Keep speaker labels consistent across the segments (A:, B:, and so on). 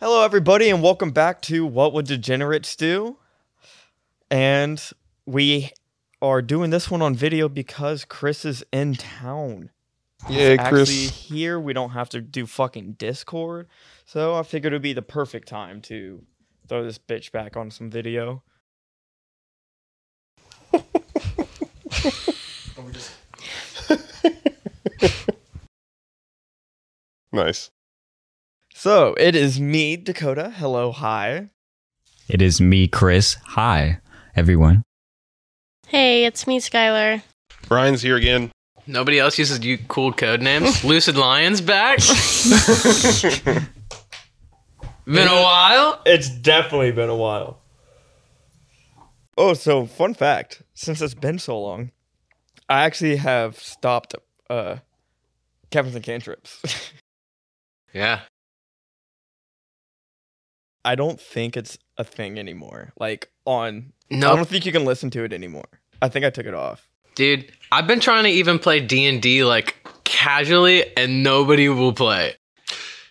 A: Hello, everybody, and welcome back to What Would Degenerates Do? And we are doing this one on video because Chris is in town.
B: Yeah,
A: Actually,
B: Chris.
A: here we don't have to do fucking Discord, so I figured it would be the perfect time to throw this bitch back on some video.
B: Nice.
A: So it is me, Dakota. Hello, hi.
C: It is me, Chris. Hi, everyone.
D: Hey, it's me, Skylar.
B: Brian's here again.
E: Nobody else uses you cool code names. Lucid Lion's back. Been a while.
A: It's definitely been a while. Oh, so fun fact since it's been so long, I actually have stopped uh, Captains and Cantrips.
E: Yeah.
A: I don't think it's a thing anymore. Like, on. I
E: No,
A: don't think you can listen to it anymore. I think I took it off.
E: dude. I've been trying to even play D and D like casually, and nobody will play.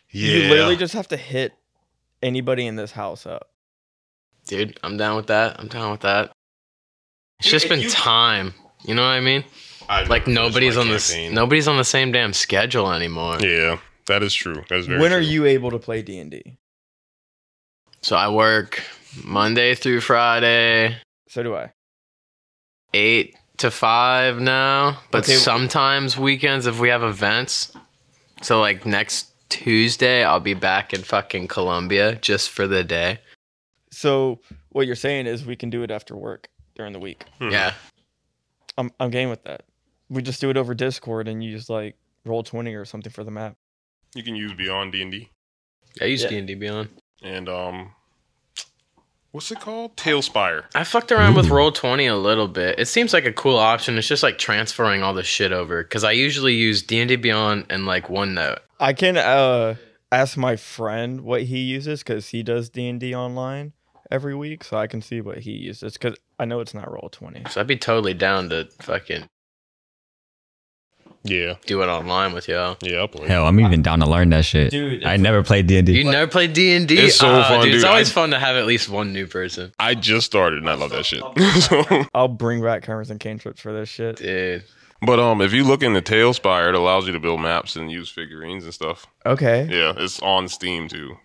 B: Yeah.
A: You literally just have to hit anybody in this house up.
E: Dude, I'm down with that. I'm down with that. It's just been time. You know what I mean?
B: I
E: Like
B: never
E: nobody's on
B: finished
E: the
B: my
E: s-
B: campaign.
E: nobody's on the same damn schedule anymore.
B: Yeah, that is true. That is very
A: When are
B: true.
A: you able to play D&D?
E: So I work Monday through Friday,
A: So do I.
E: eight to five now, but
A: Okay.
E: sometimes weekends if we have events. So like next Tuesday, I'll be back in fucking Colombia just for the day.
A: So what you're saying is we can do it after work during the week.
B: Hmm.
E: Yeah,
A: I'm I'm game with that. We just do it over Discord and you just like roll twenty or something for the map.
B: You can use Beyond D and D
E: I use
A: Yeah.
E: D and D Beyond.
B: and um, what's it called? Tailspire.
E: I fucked around with
C: Ooh.
E: Roll Twenty a little bit. It seems like a cool option. It's just like transferring all the shit over because I usually use D and D Beyond and like OneNote.
A: I can uh ask my friend what he uses because he does D and D online every week, so I can see what he uses because I know it's not roll twenty.
E: So I'd be totally down to fucking
B: Yeah,
E: do it online with y'all.
B: yeah, I play.
C: Hell, I'm even down to learn that shit.
A: Dude,
C: I never played
E: You
C: D&D.
E: never played D and D? Ah,
B: It's so fun,
E: It's
B: dude.
E: always
B: I-
E: fun to have at least one new person,
B: I just started and I love that shit. So-
A: I'll bring back cameras and cantrips for this shit.
E: dude.
B: but um, if you look into Tailspire, it allows you to build maps and use figurines and stuff.
A: Okay.
B: Yeah, it's on Steam too.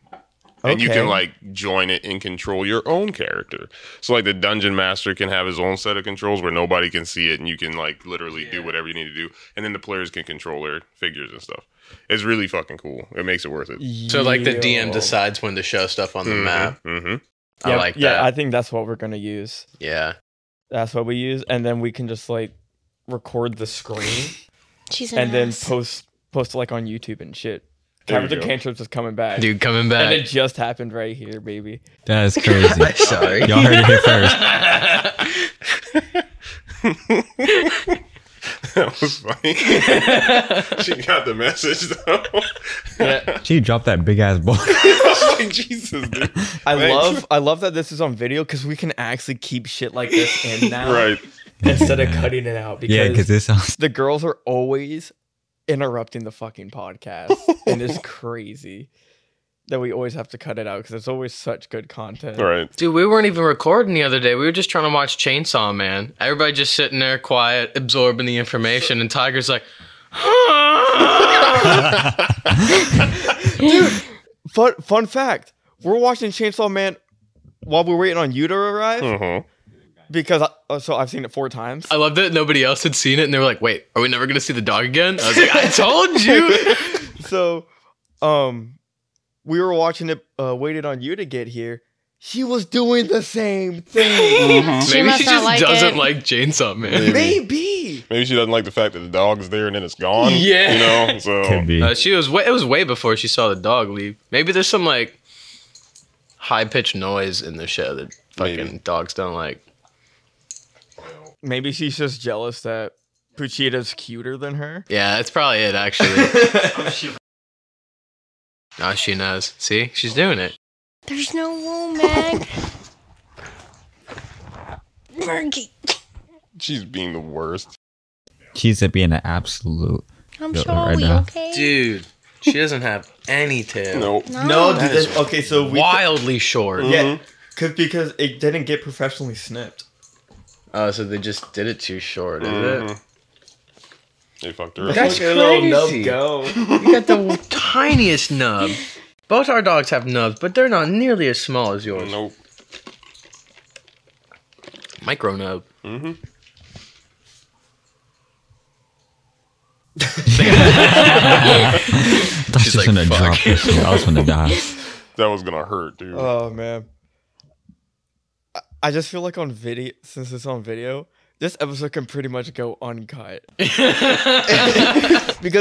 B: And you
A: Okay.
B: can like join it and control your own character. So like the dungeon master can have his own set of controls where nobody can see it, and you can like literally do whatever you need to do. And then the players can control their figures and stuff. It's really fucking cool. It makes it worth it.
E: So like the
A: Yo.
E: DM decides when to show stuff on the map.
B: hmm
E: I
A: Yeah,
E: like
A: yeah,
E: that.
A: I think that's what we're gonna use.
E: yeah.
A: That's what we use, and then we can just like record the screen
D: She's an
A: and then
D: ass.
A: post post like on YouTube and shit.
B: There
A: Cameras
B: you
A: and
B: go.
A: cantrips is coming back.
E: Dude coming
A: And it
E: back.
A: just happened right here, baby.
C: That's crazy.
E: Sorry.
C: Y'all heard it here first.
B: that was funny. she got the message though.
C: She dropped that big ass ball.
B: I was like, Jesus, dude.
A: I
B: Thanks.
A: love I love that this is on video because we can actually keep shit like this in now
B: Right.
A: instead of cutting it out because
C: yeah, because this sounds.
A: the girls are always interrupting the fucking podcast and it's crazy that we always have to cut it out because it's always such good content.
B: All right.
E: Dude, we weren't even recording the other day. We were just trying to watch Chainsaw Man. Everybody just sitting there quiet, absorbing the information, and Tiger's like
A: Fun fun fact: We're watching Chainsaw Man while we're waiting on you to arrive
B: Uh-huh.
A: because I, oh, so I've seen it four times.
E: I love that nobody else had seen it and they were like, Wait, are we never gonna see the dog again? I was like, I told you
A: so um we were watching it uh waited on you to get here she was doing the same thing
D: She must
E: Maybe she
D: not
E: just
D: like
E: doesn't
D: it.
E: like Chainsaw Man.
A: maybe
B: Maybe she doesn't like the fact that the dog's there and then it's gone.
E: Yeah.
B: You know. So
C: Could be.
E: Uh, she was way, it was way before she saw the dog leave. Maybe there's some like high pitched noise in the show that fucking
B: Maybe.
E: dogs don't like.
A: maybe she's just jealous that Puchita's cuter than her
E: Yeah, that's probably it actually. now she knows. See, she's doing it.
D: There's no wool, Meg. Merky.
B: she's being the worst.
C: She's being an absolute.
D: I'm
C: Yeah,
D: sure
C: right
D: we
C: now.
D: okay.
E: Dude. She doesn't have any tail.
B: Nope.
D: Oh,
A: No, dude, that's- okay, so we
E: Wildly short.
A: yeah, cause, because it didn't get professionally snipped.
E: Oh, so they just did it too short, is
B: Mhm.
A: Mm-hmm.
B: They fucked her up.
E: That's
A: Look at little nub
E: crazy.
A: go.
E: it? You got the tiniest nub. Both our dogs have nubs, but they're not nearly as small as yours.
B: Nope.
E: Micro nub.
B: hmm
C: That's
E: She's
C: just
E: like,
C: gonna drop this shit. I was gonna die.
B: That was gonna hurt, dude.
A: Oh man, I, I just feel like on video since it's on video, this episode can pretty much go uncut because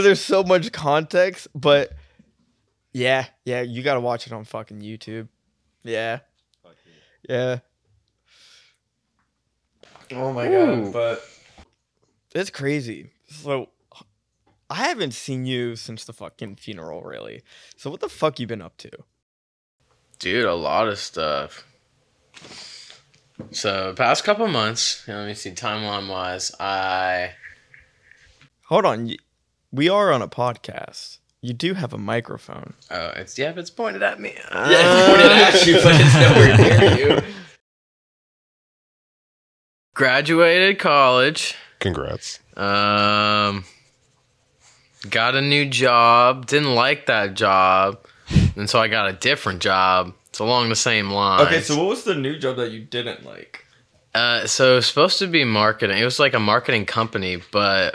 A: there's so much context. But yeah, yeah, you gotta watch it on fucking YouTube. Yeah, yeah. Oh my god, but it's crazy. So. I haven't seen you since the fucking funeral, really. So what the fuck you been up to?
E: Dude, a lot of stuff. So past couple months, let me see timeline wise. I
A: Hold on. y- We are on a podcast. You do have a microphone.
E: oh it's yeah, it's pointed at me. Ah.
A: it's pointed at you, but it's nowhere
E: near you. Graduated college.
B: Congrats.
E: Um, got a new job. Didn't like that job, and so I got a different job. It's along the same line.
A: Okay, so what was the new job that you didn't like?
E: Uh, so it was supposed to be marketing. It was like a marketing company, but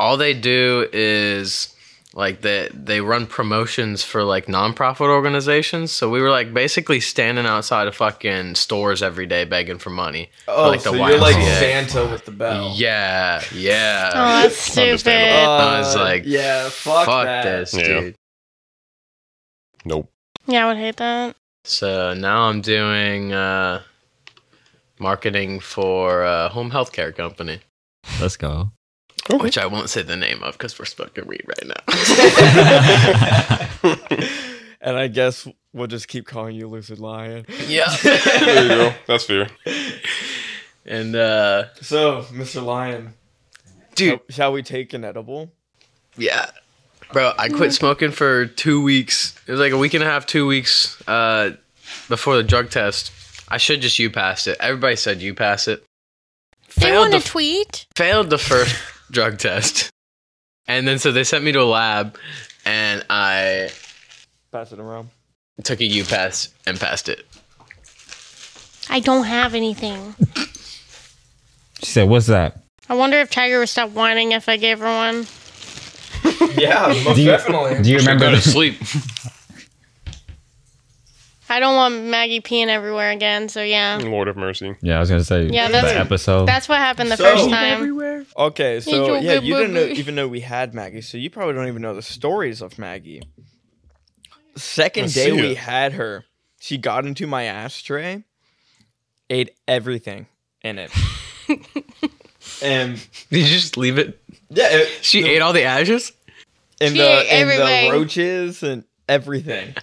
E: all they do is like they they run promotions for like nonprofit organizations. So we were like basically standing outside of fucking stores every day begging for money. for,
A: Oh,
E: like
A: so you're like
E: YMCA.
A: Santa with the bell.
E: yeah, yeah.
D: Oh, that's
B: Understandable.
D: stupid.
E: I was like,
A: Uh, yeah, fuck,
E: fuck
A: that.
E: this,
B: Yeah.
E: dude.
B: Nope.
D: Yeah, I would hate that.
E: So now I'm doing uh, marketing for a home healthcare company,
C: Let's go.
E: which I won't say the name of because we're smoking weed right now.
A: And I guess we'll just keep calling you Lucid Lion.
E: yeah.
B: There you go. That's fair.
E: And uh,
A: So, Mr. Lion,
E: dude,
A: shall- shall we take an edible?
E: yeah, bro, I quit smoking for two weeks. It was like a week and a half, two weeks uh, before the drug test. I should just you passed it. Everybody said you pass it.
D: They
E: Failed
D: want
E: the
D: to tweet.
E: failed the first drug test, and then so they sent me to a lab, and I
A: Pass it around.
E: took a U pass and passed it.
D: I don't have anything.
C: She said, "What's that?"
D: I wonder if Tiger would stop whining if I gave her one.
A: Yeah, most
C: Do you,
A: Oh, definitely.
C: do you remember?
E: Go to
C: The,
E: sleep.
D: I don't want Maggie peeing everywhere again, so yeah.
B: Lord have mercy.
C: yeah, I was gonna say.
D: Yeah,
C: Yeah,
D: that's-
C: the episode.
D: That's what happened the
A: So-
D: first time.
E: everywhere.
A: Okay, so
D: don't
A: yeah,
D: get
A: you didn't know,
D: booby.
A: even know we had Maggie, so you probably don't even know the stories of Maggie. Second
B: I
A: day
B: see
A: we
B: it.
A: had her, she got into my ashtray, ate everything in it, and
E: Did you just leave it?
A: yeah, it,
E: She ate all the ashes.
A: and
D: She
A: the
D: ate
A: and the
D: everything.
A: roaches and everything.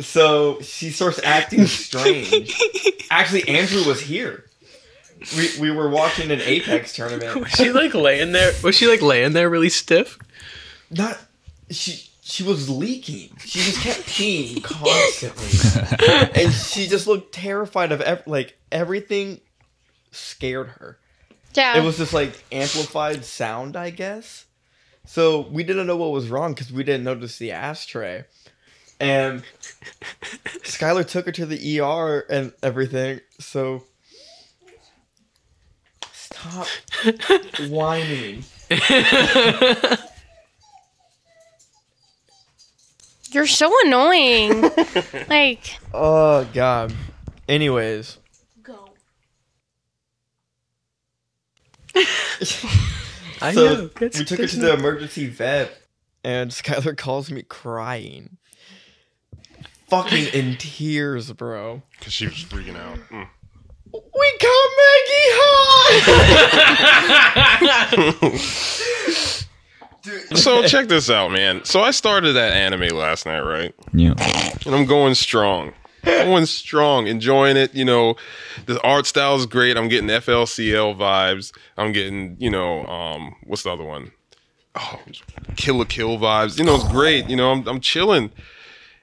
A: so she starts acting strange. Actually, Andrew was here. We, we were watching an Apex tournament.
E: Was she like laying there? Was she like laying there really stiff?
A: not she she was leaking she just kept peeing constantly and she just looked terrified of ev- like everything scared her
D: Yeah.
A: it was just like amplified sound i guess so we didn't know what was wrong because we didn't notice the ashtray and skylar took her to the er and everything so stop whining
D: You're so annoying. like,
A: oh god anyways
D: go.
E: I
A: So,
E: know. That's,
A: we took her to the emergency vet, and Skylar calls me crying. Fucking in tears, bro.
B: Cause she was freaking out. Mm.
A: We got Maggie high!
B: So check this out, man. So I started that anime last night, right?
C: yeah.
B: and I'm going strong. Going strong, enjoying it. You know, the art style is great. I'm getting FLCL vibes. I'm getting, you know, um, what's the other one? oh, kill a kill vibes. You know, it's great. You know, I'm I'm chilling,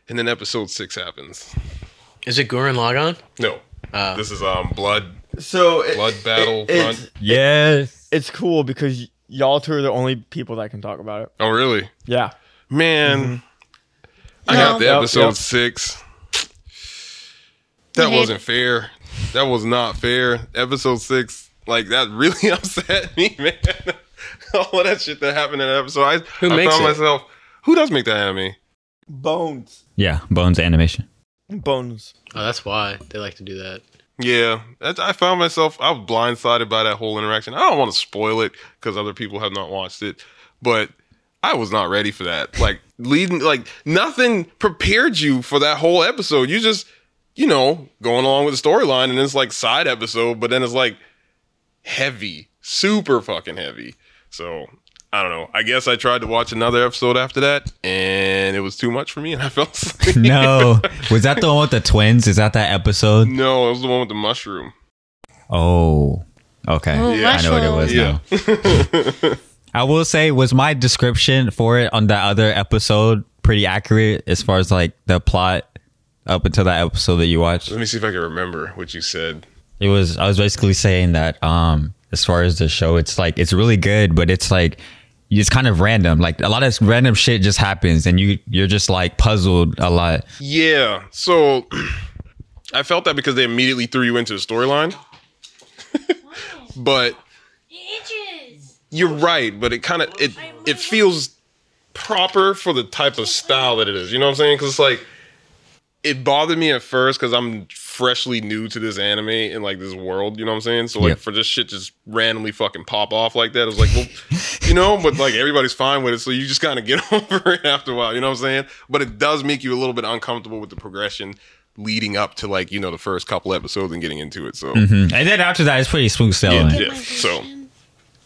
B: and then episode six happens.
E: Is it Gurren Lagann?
B: No,
E: Uh,
B: this is um blood
A: So it-
B: Blood
A: it-
B: battle
A: it's,
B: front.
C: Yes.
A: it's cool because y- y'all two are the only people that can talk about it.
B: Oh, really?
A: Yeah.
B: Man,
E: Mm-hmm.
B: I
D: No.
B: got the
A: Yep,
B: episode
A: yep.
B: six. That
D: hate-
B: wasn't fair. That was not fair. Episode six, like that, really upset me, man. All of that shit that happened in that episode. I,
E: Who
B: I
E: makes
B: found
E: it?
B: myself. Who does make that anime?
A: Bones.
C: Yeah. Bones animation.
A: Bones.
E: Oh, that's why they like to do that.
B: Yeah, that, I found myself. I was blindsided by that whole interaction. I don't want to spoil it because other people have not watched it, but I was not ready for that. Like leading, like nothing prepared you for that whole episode. You just, you know, going along with the storyline, and it's like side episode, but then it's like heavy, super fucking heavy. So I don't know. I guess I tried to watch another episode after that, and it was too much for me, and I fell asleep.
C: No. Was that the one with the twins? Is that that episode?
B: no, it was the one with the mushroom.
C: Oh. Okay.
D: Oh,
B: Yeah.
C: I know what it was
B: Yeah.
C: now. I will say, was my description for it on that other episode pretty accurate as far as like the plot up until that episode that you watched?
B: Let me see if I can remember what you said.
C: It was I was basically saying that um as far as the show it's like it's really good but it's like it's kind of random like a lot of random shit just happens and you you're just like puzzled a lot.
B: Yeah. So I felt that because they immediately threw you into the storyline. but you're right, but it kind of it it feels proper for the type of style that it is. You know what I'm saying? Cuz it's like it bothered me at first cuz I'm freshly new to this anime and like this world, you know what I'm saying? So like
C: Yeah.
B: for this shit just randomly fucking pop off like that, it was like, well, you know, but like everybody's fine with it, so you just kind of get over it after a while, you know what I'm saying? But it does make you a little bit uncomfortable with the progression leading up to like, you know, the first couple episodes and getting into it. So
C: Mhm. And then after that it's pretty smooth sailing.
B: Yeah, so-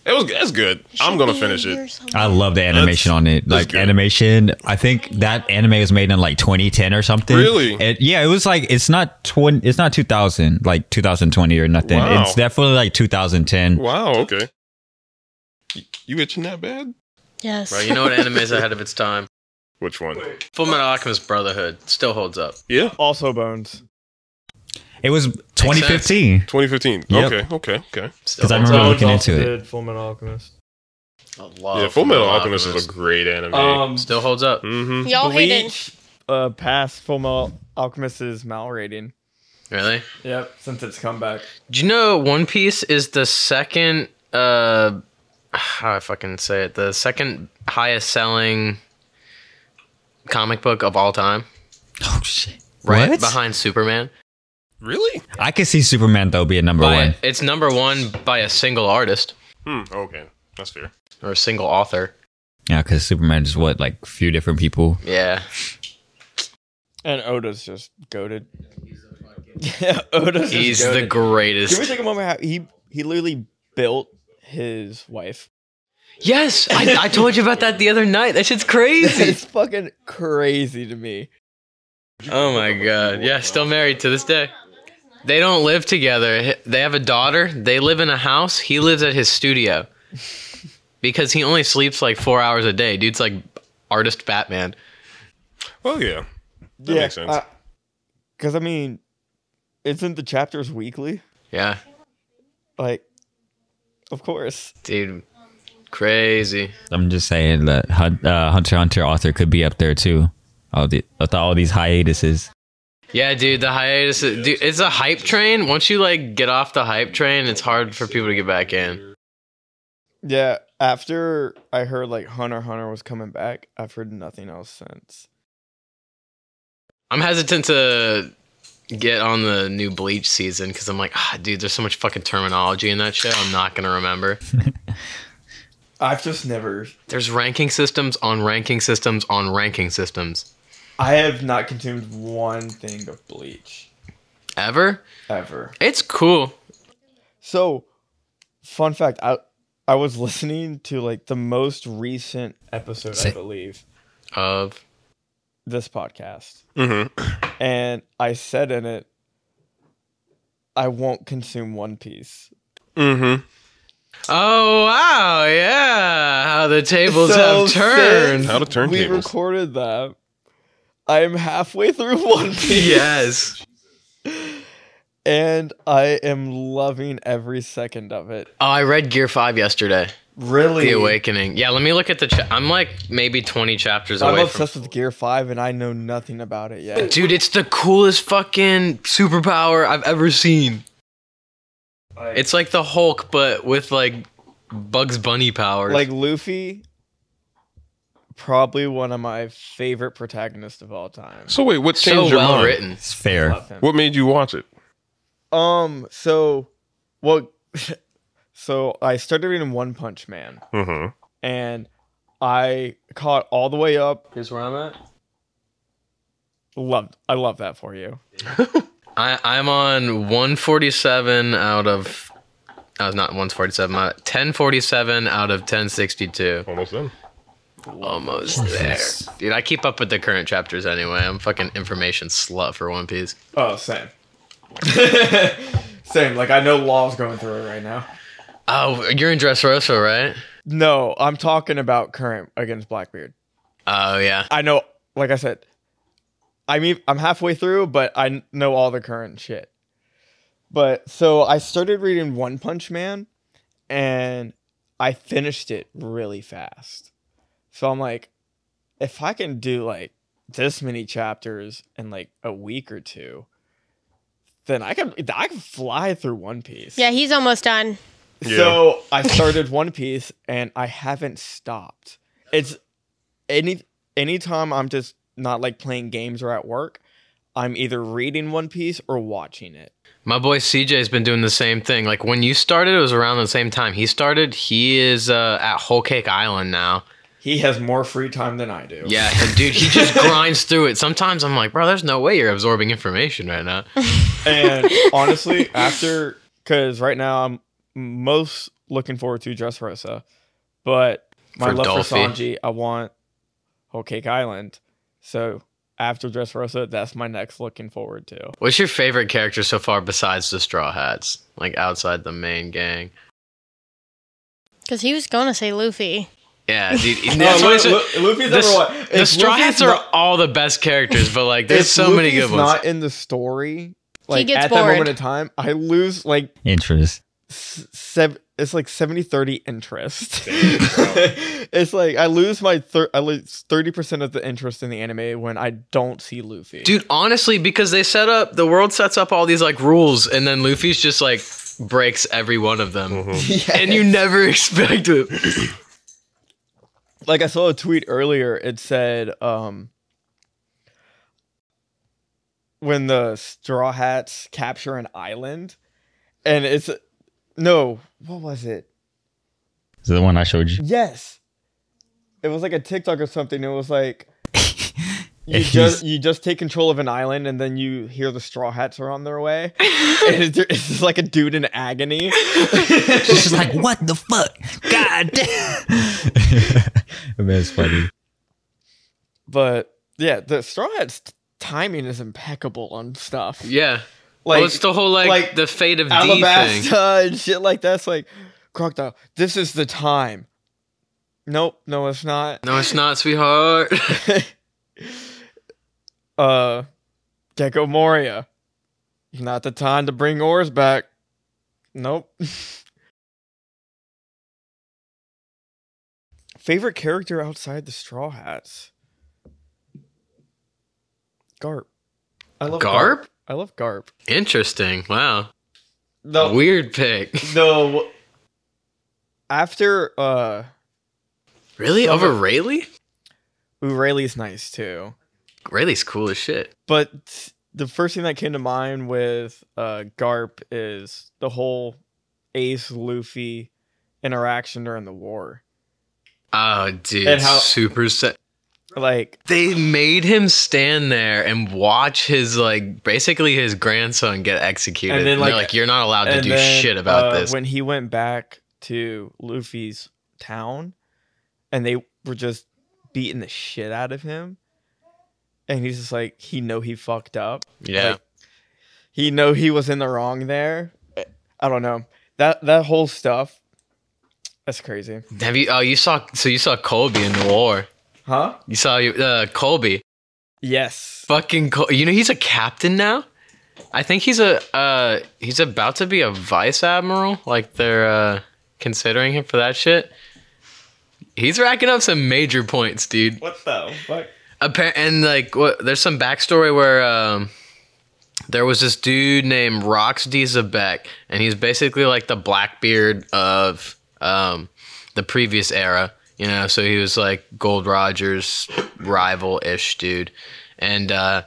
B: it was that's good. I'm going to finish it.
E: Uh,
C: I love the animation
B: That's-
C: on it.
B: that's
C: Like
B: good.
C: animation, I think that anime was made in like 2010 or something.
B: Really?
C: It, yeah, it was like it's not twen- it's not 2000, like 2020 or nothing.
B: Wow.
C: It's definitely like 2010.
B: Wow, okay. Y- You itching that bad?
D: Yes.
E: Right? You know what anime is ahead of its time?
B: Which one?
E: Full Metal Alchemist Brotherhood still holds up.
B: Yeah,
A: Also bones.
C: It was 2015
B: 2015.
C: Yep.
B: Okay, okay, okay.
E: Still
C: cuz I
E: holds
C: remember
E: up.
C: looking into it.
A: Full Metal Alchemist.
E: I love
B: yeah, Full Metal Alchemist is a great anime.
A: Um,
E: still holds up.
B: hmm
D: Y'all hate it.
A: Bleach uh, passed Full Metal Alchemist's malrating.
E: Really?
A: Yep, since its comeback.
E: Do you know One Piece is the second uh how I fucking say it, the second highest selling comic book of all time?
C: Oh shit.
E: Right
C: What?
E: behind Superman.
B: Really?
C: I could see Superman though being number
E: By-
C: 1.
E: it's number one by a single artist
B: Hmm. Okay, that's fair.
E: or a single author.
C: Yeah, because Superman is what like few different people.
E: Yeah.
A: And Oda's just goaded. Yeah, Oda's just
E: He's the
A: goated. Can we
E: greatest.
A: take a moment? How he he literally built his wife.
E: Yes, I, I told you about that the other night. That shit's crazy.
A: It's fucking crazy to me.
E: Oh my god. Yeah, still married to this day. They don't live together. They have a daughter. They live in a house. He lives at his studio. Because he only sleeps like 4 hours a day. Dude's like artist Batman.
B: Well, yeah. That makes sense.
A: Because I mean, isn't the chapters weekly?
E: Yeah.
A: Like, of course.
E: Dude, crazy.
C: I'm just saying that Hun- uh, Hunter x Hunter author could be up there too. All the with all these hiatuses.
E: Yeah, dude, the hiatus is, dude, it's a hype train. Once you like get off the hype train, it's hard for people to get back in.
A: Yeah. After I heard like Hunter x Hunter was coming back, I've heard nothing else since.
E: I'm hesitant to get on the new Bleach season cuz I'm like, ah, dude, there's so much fucking terminology in that show. I'm not going to remember.
A: I've just never.
E: There's ranking systems on ranking systems on ranking systems.
A: I have not consumed one thing of Bleach
E: Ever?
A: ever.
E: It's cool.
A: So, fun fact: I I was listening to like the most recent episode, I
C: Say-
A: believe,
E: Of
A: this podcast,
B: Mm-hmm.
A: and I said in it, I won't consume One Piece,
B: Mm-hmm.
E: Oh wow, yeah. How the tables
A: So
E: have turned.
A: since
B: How to turn
A: We
B: tables.
A: recorded that. I'm halfway through One Piece.
E: yes.
A: And I am loving every second of it.
E: Oh, I read Gear 5 yesterday.
A: Really?
E: The Awakening. Yeah, let me look at the cha- I'm like maybe 20 chapters
A: I'm
E: away from
A: obsessed with Gear 5 and I know nothing about it yet.
E: Dude, it's the coolest fucking superpower I've ever seen. It's like the Hulk but with like Bugs Bunny powers.
A: Like Luffy, probably one of my favorite protagonists of all time.
B: So wait, what changed
E: so
B: your
E: well
B: mind?
E: written.
C: It's fair.
A: Love him.
B: What made you watch it?
A: Um, so well so I started reading One Punch Man
B: hmm
A: and I caught all the way up.
E: Here's where I'm at.
A: Loved I love that for you.
E: I, I'm on 147 out of. I was not 147. I'm at 1047 out of 1062.
B: Almost done.
E: Almost there, dude. I keep up with the current chapters anyway. I'm fucking information slut for One Piece.
A: Oh, same. same. Like I know Law's going through it right now.
E: Oh, you're in Dressrosa, right?
A: No, I'm talking about current against Blackbeard.
E: Oh yeah.
A: I know like I said, I mean I'm halfway through, but I kn- know all the current shit. But so I started reading One Punch Man and I finished it really fast. So I'm like, if I can do like this many chapters in like a week or two, then I can I can fly through One Piece.
D: Yeah, he's almost done.
B: Yeah.
A: So I started One Piece and I haven't stopped. It's any anytime I'm just not like playing games or at work, I'm either reading One Piece or watching it.
E: My boy CJ's been doing the same thing. Like when you started, it was around the same time he started. He is uh, at Whole Cake Island now.
A: He has more free time than I do.
E: Yeah, dude, he just grinds through it. Sometimes I'm like, bro, there's no way you're absorbing information right now.
A: And honestly, after cuz right now I'm most looking forward to Dressrosa, but my
E: For
A: love for
E: Dolphy.
A: Sanji, I want Whole Cake Island. So after Dressrosa, that's my next looking forward to.
E: What's your favorite character so far besides the Straw Hats? Like outside the main gang?
D: Because he was going to say Luffy.
E: Yeah, dude. that's why I said-
A: Luffy's
E: the, the Straw Hats are all the best characters, but like there's
A: if
E: so many
A: Luffy's
E: good ones.
A: Not in the story. Like
D: gets
A: at that
D: bored.
A: moment in time, I lose like
C: Interest.
A: s- sev- It's like 70-30 interest. it's like I lose my thir- I lose thirty percent of the interest in the anime when I don't see Luffy.
E: Dude, honestly, because they set up the world sets up all these like rules and then Luffy's just like breaks every one of them.
B: Mm-hmm.
A: Yes.
E: And you never expect it.
A: like I saw a tweet earlier. It said, um, when the Straw Hats capture an island, and it's no, what was it?
C: Is the one I showed you?
A: Yes. It was like a TikTok or something. It was like you
C: He's-
A: just you just take control of an island and then you hear the straw hats are on their way. and it's, it's just like a dude in agony.
C: She's just like, what the fuck? God damn. That's funny.
A: But yeah, the straw hats t- timing is impeccable on stuff.
E: Yeah.
A: Like
E: well, it's the whole like,
A: like,
E: the fate of D thing.
A: Alabasta and shit like that's like crocodile. This is the time. Nope, no, it's not.
E: No, it's not, sweetheart.
A: uh Gecko Moria. Not the time to bring oars back. Nope. Favorite character outside the Straw Hats? Garp. I love
E: Garp?
A: I love Garp.
E: Interesting. Wow.
A: No,
E: Weird pick.
A: no. After uh
E: Really?
A: Some
E: Over
A: of-
E: Rayleigh?
A: Urali's nice too.
E: Rayleigh's cool as shit.
A: But the first thing that came to mind with uh, Garp is the whole Ace Luffy interaction during the war.
E: Oh, dude.
A: And how-
E: super set.
A: Like,
E: They made him stand there and watch his, like, basically his grandson get executed.
A: And
E: And
A: then,
E: then, like,
A: like-
E: you're not allowed to
A: and
E: do
A: then,
E: shit about
A: uh,
E: this.
A: When he went back to Luffy's town, and they were just beating the shit out of him, and he's just like, he know he fucked up.
E: yeah.
A: like, he know he was in the wrong there. I don't know that that whole stuff That's crazy.
E: Have you? Oh, you saw. So you saw Colby in the war.
A: Huh?
E: You saw uh, Colby.
A: Yes.
E: Fucking. Col- you know he's a captain now. I think he's a. Uh, he's about to be a vice admiral. Like they're uh, considering him for that shit. He's racking up some major points, dude.
A: What the fuck?
E: Appar- and like what, there's some backstory where um, there was this dude named Rox Dizabek, and he's basically like the Blackbeard of um, the previous era. You know, so he was like Gold Rogers rival ish dude, and uh,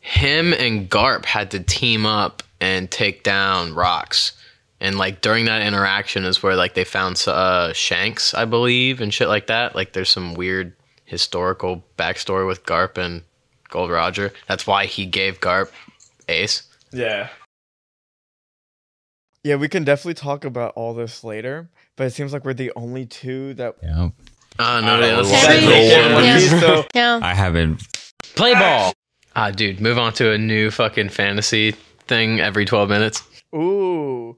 E: him and Garp had to team up and take down Rox. And like during that interaction is where like they found uh, Shanks, I believe, and shit like that. Like there's some weird historical backstory with Garp and Gold Roger. That's why he gave Garp Ace.
A: Yeah. Yeah, we can definitely talk about all this later, but it seems like we're the only two that
C: Yeah.
E: Uh,
B: I
E: no, no,
B: don't
E: that's-
D: want to
E: that's-
D: go
E: yeah.
D: on.
A: so
D: No.
C: I haven't.
E: Play ball. Ah, dude, move on to a new fucking fantasy thing every 12 minutes.
A: ooh.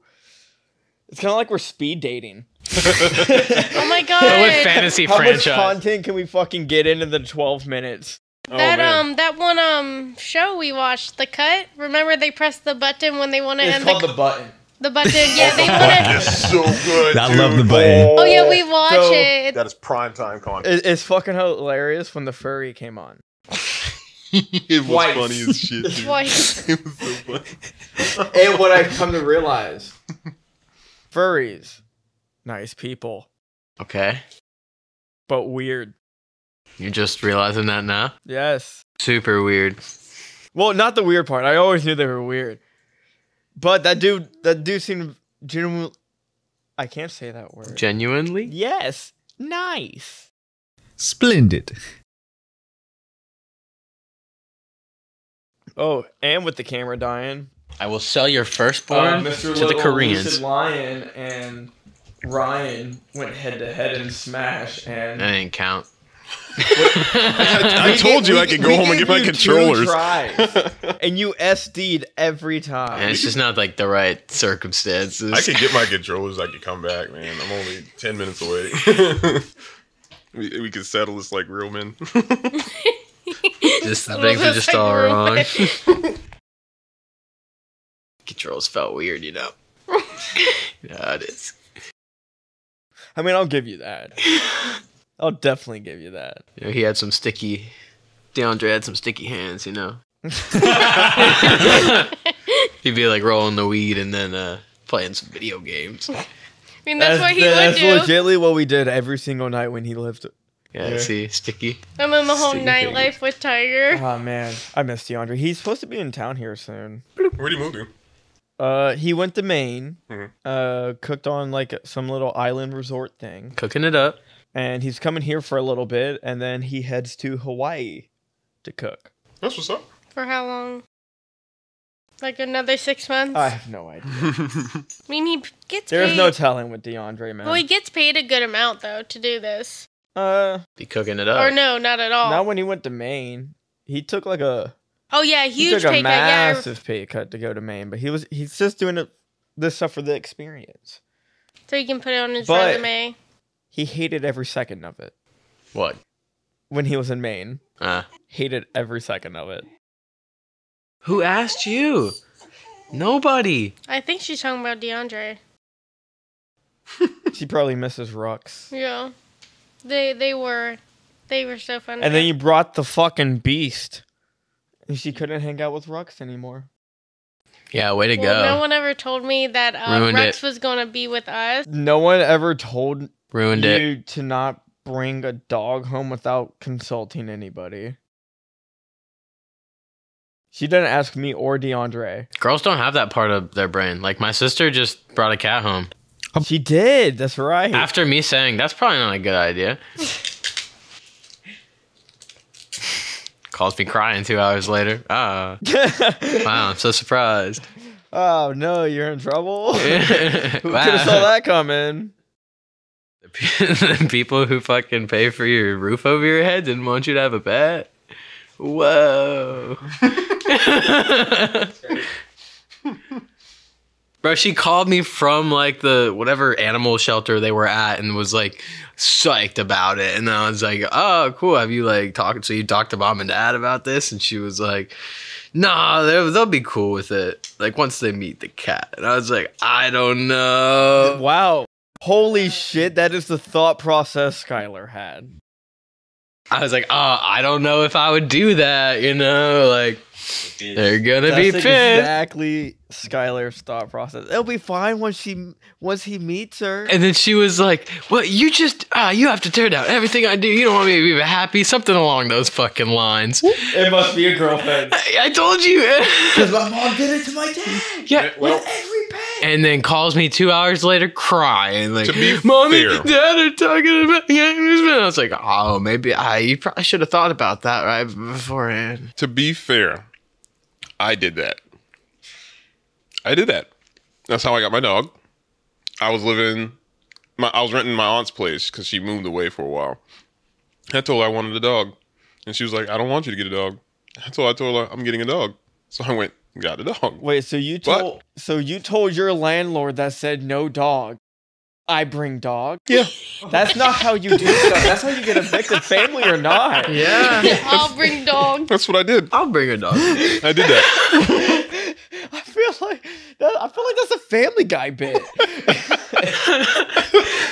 A: It's kind of like we're speed dating.
D: Oh my god.
E: But with fantasy
A: How much
E: franchise.
A: content can we fucking get in in the 12 minutes?
D: that um that one um show we watched, The Cut. Remember they pressed the button when they want to
A: It's
D: end the,
A: called
D: the
A: the button.
D: button. Yeah, they want to.
B: so good.
C: I
B: dude.
C: love the button.
D: Oh yeah, we watch
A: So-
D: it.
B: That is prime time content.
A: It- It's fucking hilarious when the furry came on.
B: It was
A: Twice.
B: funny as shit. Dude.
D: Twice.
B: It was so funny.
A: And what I've come to realize furries, nice people,
E: Okay.
A: but weird.
E: You're just realizing that now?
A: Yes.
E: Super weird.
A: Well, not the weird part. I always knew they were weird. But that dude, that dude seemed genuinely. I can't say that word.
E: Genuinely?
A: yes, nice.
C: Splendid.
A: Oh, and with the camera dying,
E: I will sell your
A: Uh,
E: firstborn Uh, to the Koreans.
A: Lion and Ryan went head to head in Smash, and
E: That didn't count.
B: I told you I could go home and get my controllers.
A: and you SD'd every
E: And
A: time.
E: it's just not like the right circumstances.
B: I could get my controllers. I could come back, man. I'm only ten minutes away. we, we could settle this like real men.
E: Just the
D: Well,
E: things are
D: that's
E: just
D: like
E: all
D: real
E: wrong.
D: life.
E: Controls felt weird, you know. yeah, it is.
A: I mean, I'll give you that. I'll definitely give you that.
E: You know, he had some sticky. DeAndre had some sticky hands, you know. He'd be like rolling the weed and then uh, playing some video games.
D: I mean, that's, what he
A: that's
D: would do.
A: legitly what we did every single night when he lived.
E: Yeah,
A: Yeah.
E: see, sticky.
D: I'm in the whole
E: Sticky
D: nightlife with Tiger.
A: Oh man, I miss DeAndre. He's supposed to be in town here soon.
B: Where'd he move to?
A: Uh, he went to Maine,
B: Mhm.
A: uh, cooked on like some little island resort thing,
E: Cooking it up.
A: and he's coming here for a little bit, and then he heads to Hawaii to cook.
B: That's what's up.
D: For how long? Like another six months?
A: I have no idea.
D: I mean, he gets
A: There's
D: paid.
A: no telling with DeAndre, man.
D: well, he gets paid a good amount though to do this.
A: uh,
E: Be cooking it up.
D: Or no, not at all.
A: not when he went to Maine. He took like a
D: oh yeah,
A: he
D: huge
A: took
D: pay
A: a
D: cut. Yeah, I-
A: massive pay cut to go to Maine, but he was he's just doing it this stuff for the experience.
D: so he can put it on his
A: But-
D: resume.
A: He hated every second of it
E: What?
A: when he was in Maine.
E: Uh,
A: Hated every second of it.
E: who asked you? Nobody.
D: I think she's talking about DeAndre.
A: She probably misses Rux.
D: Yeah, they they were they were so funny.
A: And then you brought the fucking beast. And she couldn't hang out with Rux anymore.
E: Yeah, way to
D: well,
E: go.
D: no one ever told me that um,
E: Ruined
D: Rex
E: it.
D: was gonna be with us.
A: No one ever told
E: Ruined it.
A: you to not bring a dog home without consulting anybody. She didn't ask me or DeAndre.
E: Girls don't have that part of their brain. Like my sister just brought a cat home.
A: She did. That's right.
E: After me saying that's probably not a good idea. Calls me crying two hours later. Ah, wow, I'm so surprised.
A: oh no, you're in trouble.
E: wow.
A: Who could have saw that coming?
E: The people who fucking pay for your roof over your head didn't want you to have a pet. Whoa. Bro, she called me from like the whatever animal shelter they were at and was like psyched about it. And I was like, oh, cool. Have you like talked? So you talked to mom and dad about this? And she was like, nah, they'll, they'll be cool with it. Like once they meet the cat. And I was like, I don't know.
A: Wow. Holy shit, that is the thought process Skylar had.
E: I was like, oh, I don't know if I would do that. You know, like they're going to be
A: That's
E: pissed.
A: exactly Skylar's thought process. It'll be fine once she once he meets her.
E: And then she was like, "Well, you just uh, you have to tear down everything I do. You don't want me to be happy. Something along those fucking lines."
A: It must be a girlfriend.
E: I, I told you.
A: Because my mom did it to my dad.
E: yeah.
B: Well,
A: Every pet.
E: And then calls me two hours later, crying like,
B: To be
E: "Mommy,
B: fair-
E: Dad are talking about yeah." I was like, "Oh, maybe I you probably should have thought about that right beforehand."
B: to be fair, I did that. I did that. That's how I got my dog. I was living, my I was renting my aunt's place because she moved away for a while. I told her I wanted a dog, and she was like, "I don't want you to get a dog." I told I told her I'm getting a dog, so I went and got a dog.
A: Wait, so you
B: But-
A: told so you told your landlord that said no dog. I bring dog.
B: Yeah,
A: That's not how you do stuff. That's how you get evicted, family or not.
E: Yeah,
D: I'll bring dog.
B: that's what I did.
E: I'll bring a dog.
B: I did that.
A: I feel like that, I feel like that's a Family Guy bit.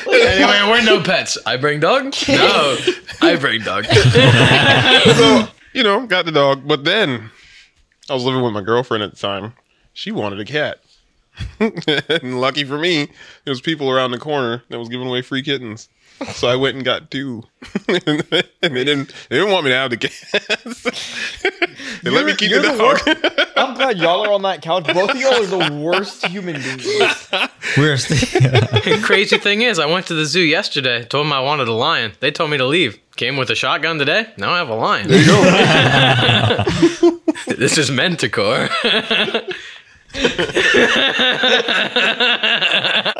E: anyway, we're no pets. I bring dog. No, I bring dog.
B: so you know, got the dog, but then I was living with my girlfriend at the time. She wanted a cat. and lucky for me, there was people around the corner that was giving away free kittens. So I went and got two. and they didn't they didn't want me to have the cats. they let me
A: You're-
B: keep the
A: you're the
B: dog.
A: I'm glad y'all are on that couch. Both of y'all are the worst human beings.
C: We're st-
E: Crazy thing is, I went to the zoo yesterday, told them I wanted a lion. They told me to leave. Came with a shotgun today. Now I have a lion. There you go. this is Menticor.
A: I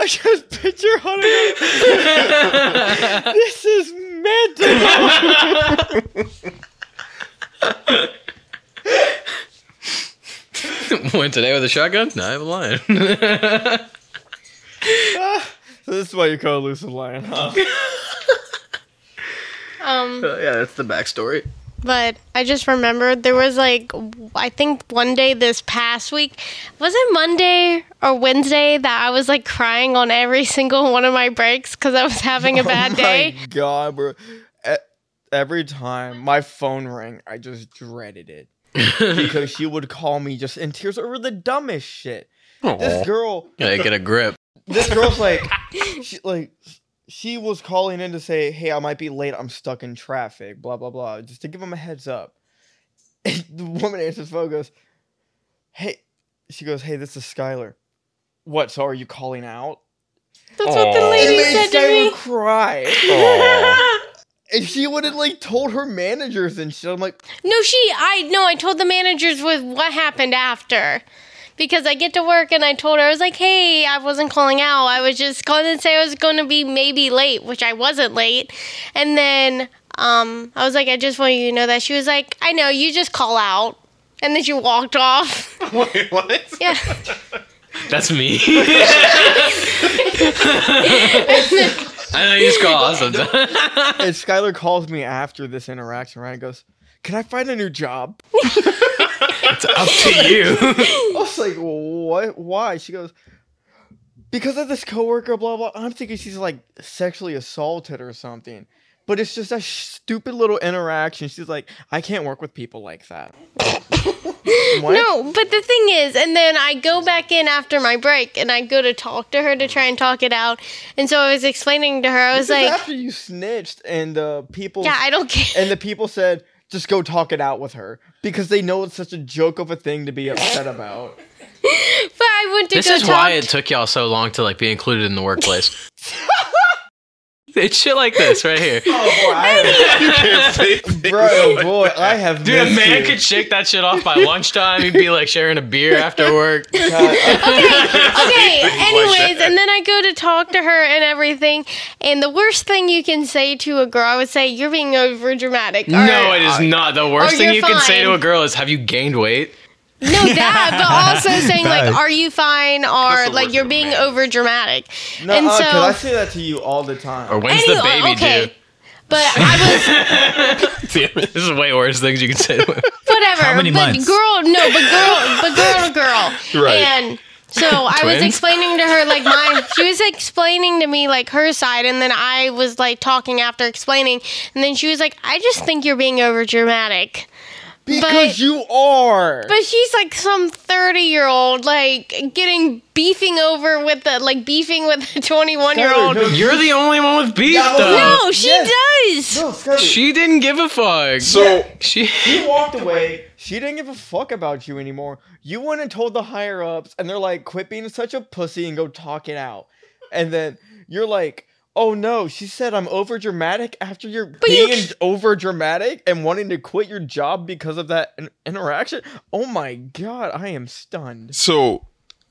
A: just picture hunting. this is mental.
E: Went today with a shotgun. Now I have a lion.
A: So this is why you call elusive lion, huh?
D: Um,
E: yeah, that's the backstory.
D: but I just remembered there was like I think one day this past week was it Monday or Wednesday that I was like crying on every single one of my breaks because I was having a bad day.
A: Oh My God, bro. E- Every time my phone rang, I just dreaded it because she would call me just in tears over the dumbest shit. This girl
E: Yeah, get a grip.
A: this girl's like she like she was calling in to say hey i might be late i'm stuck in traffic blah blah blah just to give him a heads up and the woman answers the phone goes hey she goes hey this is skylar what so are you calling out
D: That's what the
B: Aw.
A: and
D: lady
A: made
D: said to
A: skylar
D: me.
A: cry
B: Aw.
A: and she would have like told her managers and shit i'm like
D: No, she. I no. I told the managers with what happened after, because I get to work and I told her I was like, "Hey, I wasn't calling out. I was just calling to say I was going to be maybe late, which I wasn't late." And then um, I was like, "I just want you to know that." She was like, "I know. You just call out." And then she walked off.
B: Wait, what?
D: Yeah.
E: That's me. I know you just call sometimes.
A: and skylar calls me after this interaction right and goes can i find a new job
E: It's up to you.
A: I was like, what? Why? She goes, because of this coworker, blah, blah. I'm thinking she's like sexually assaulted or something. But it's just a stupid little interaction. She's like, I can't work with people like that. what?
D: No, but the thing is, and then I go back in after my break and I go to talk to her to try and talk it out. And so I was explaining to her, I was
A: This is
D: like,
A: after you snitched and the people
D: "Yeah, I don't care."
A: and the people said, just go talk it out with her because they know it's such a joke of a thing to be upset about.
D: But I went to
E: This
D: go
E: is
D: talk
E: why it took y'all so long to like be included in the workplace. it's shit like this right here.
A: Oh boy, I
B: You can't say things
A: bro,
B: like
A: boy,
B: that.
A: I have
E: Dude, a
A: missed
E: man
A: you.
E: could shake that shit off by lunchtime. He'd be like sharing a beer after work.
A: God, I-
D: okay.
B: like
D: Anyways, and then I go to talk to her and everything. And the worst thing you can say to a girl, I would say, "You're being overdramatic."
E: No, it is not. The worst
D: Oh,
E: thing
D: you're
E: you can say to
D: fine.
E: a girl is, "Have you gained weight?"
D: No, that, but also saying like,
C: Facts.
D: "Are you fine?"
B: That's
D: or
B: the
D: like,
B: word
D: "You're being
B: dramatic.
D: over dramatic."
A: No,
D: and so,
A: uh, I say that to you all the time.
E: Or when's the
D: Anyway,
E: baby
D: okay.
E: due?
D: But I
E: Damn it. This is way worse things you can say. to
D: was whatever.
C: How many
D: but
C: months?
D: girl, no, but girl, but girl to girl.
B: Right.
D: And so I was
E: Twins?
D: explaining to her like mine. She was explaining to me like her side, and then I was like talking after explaining, and then she was like, "I just think you're being over dramatic."
A: because you are.
D: But she's like some 30 year old, like getting beefing over with the, like beefing with the 21 year old.
A: Skylar,
E: You're the only one with beef,
A: Yeah, well,
E: though.
D: No, she does.
A: No, Scarlett,
E: She didn't give a fuck.
B: So
E: she.
A: She walked away. She didn't give a fuck about you anymore. You went and told the higher ups, and they're like, quit being such a pussy and go talk it out. And then you're like, oh no, she said I'm over dramatic after you're
D: you
A: being over dramatic and wanting to quit your job because of that in- interaction. Oh my god, I am stunned.
B: so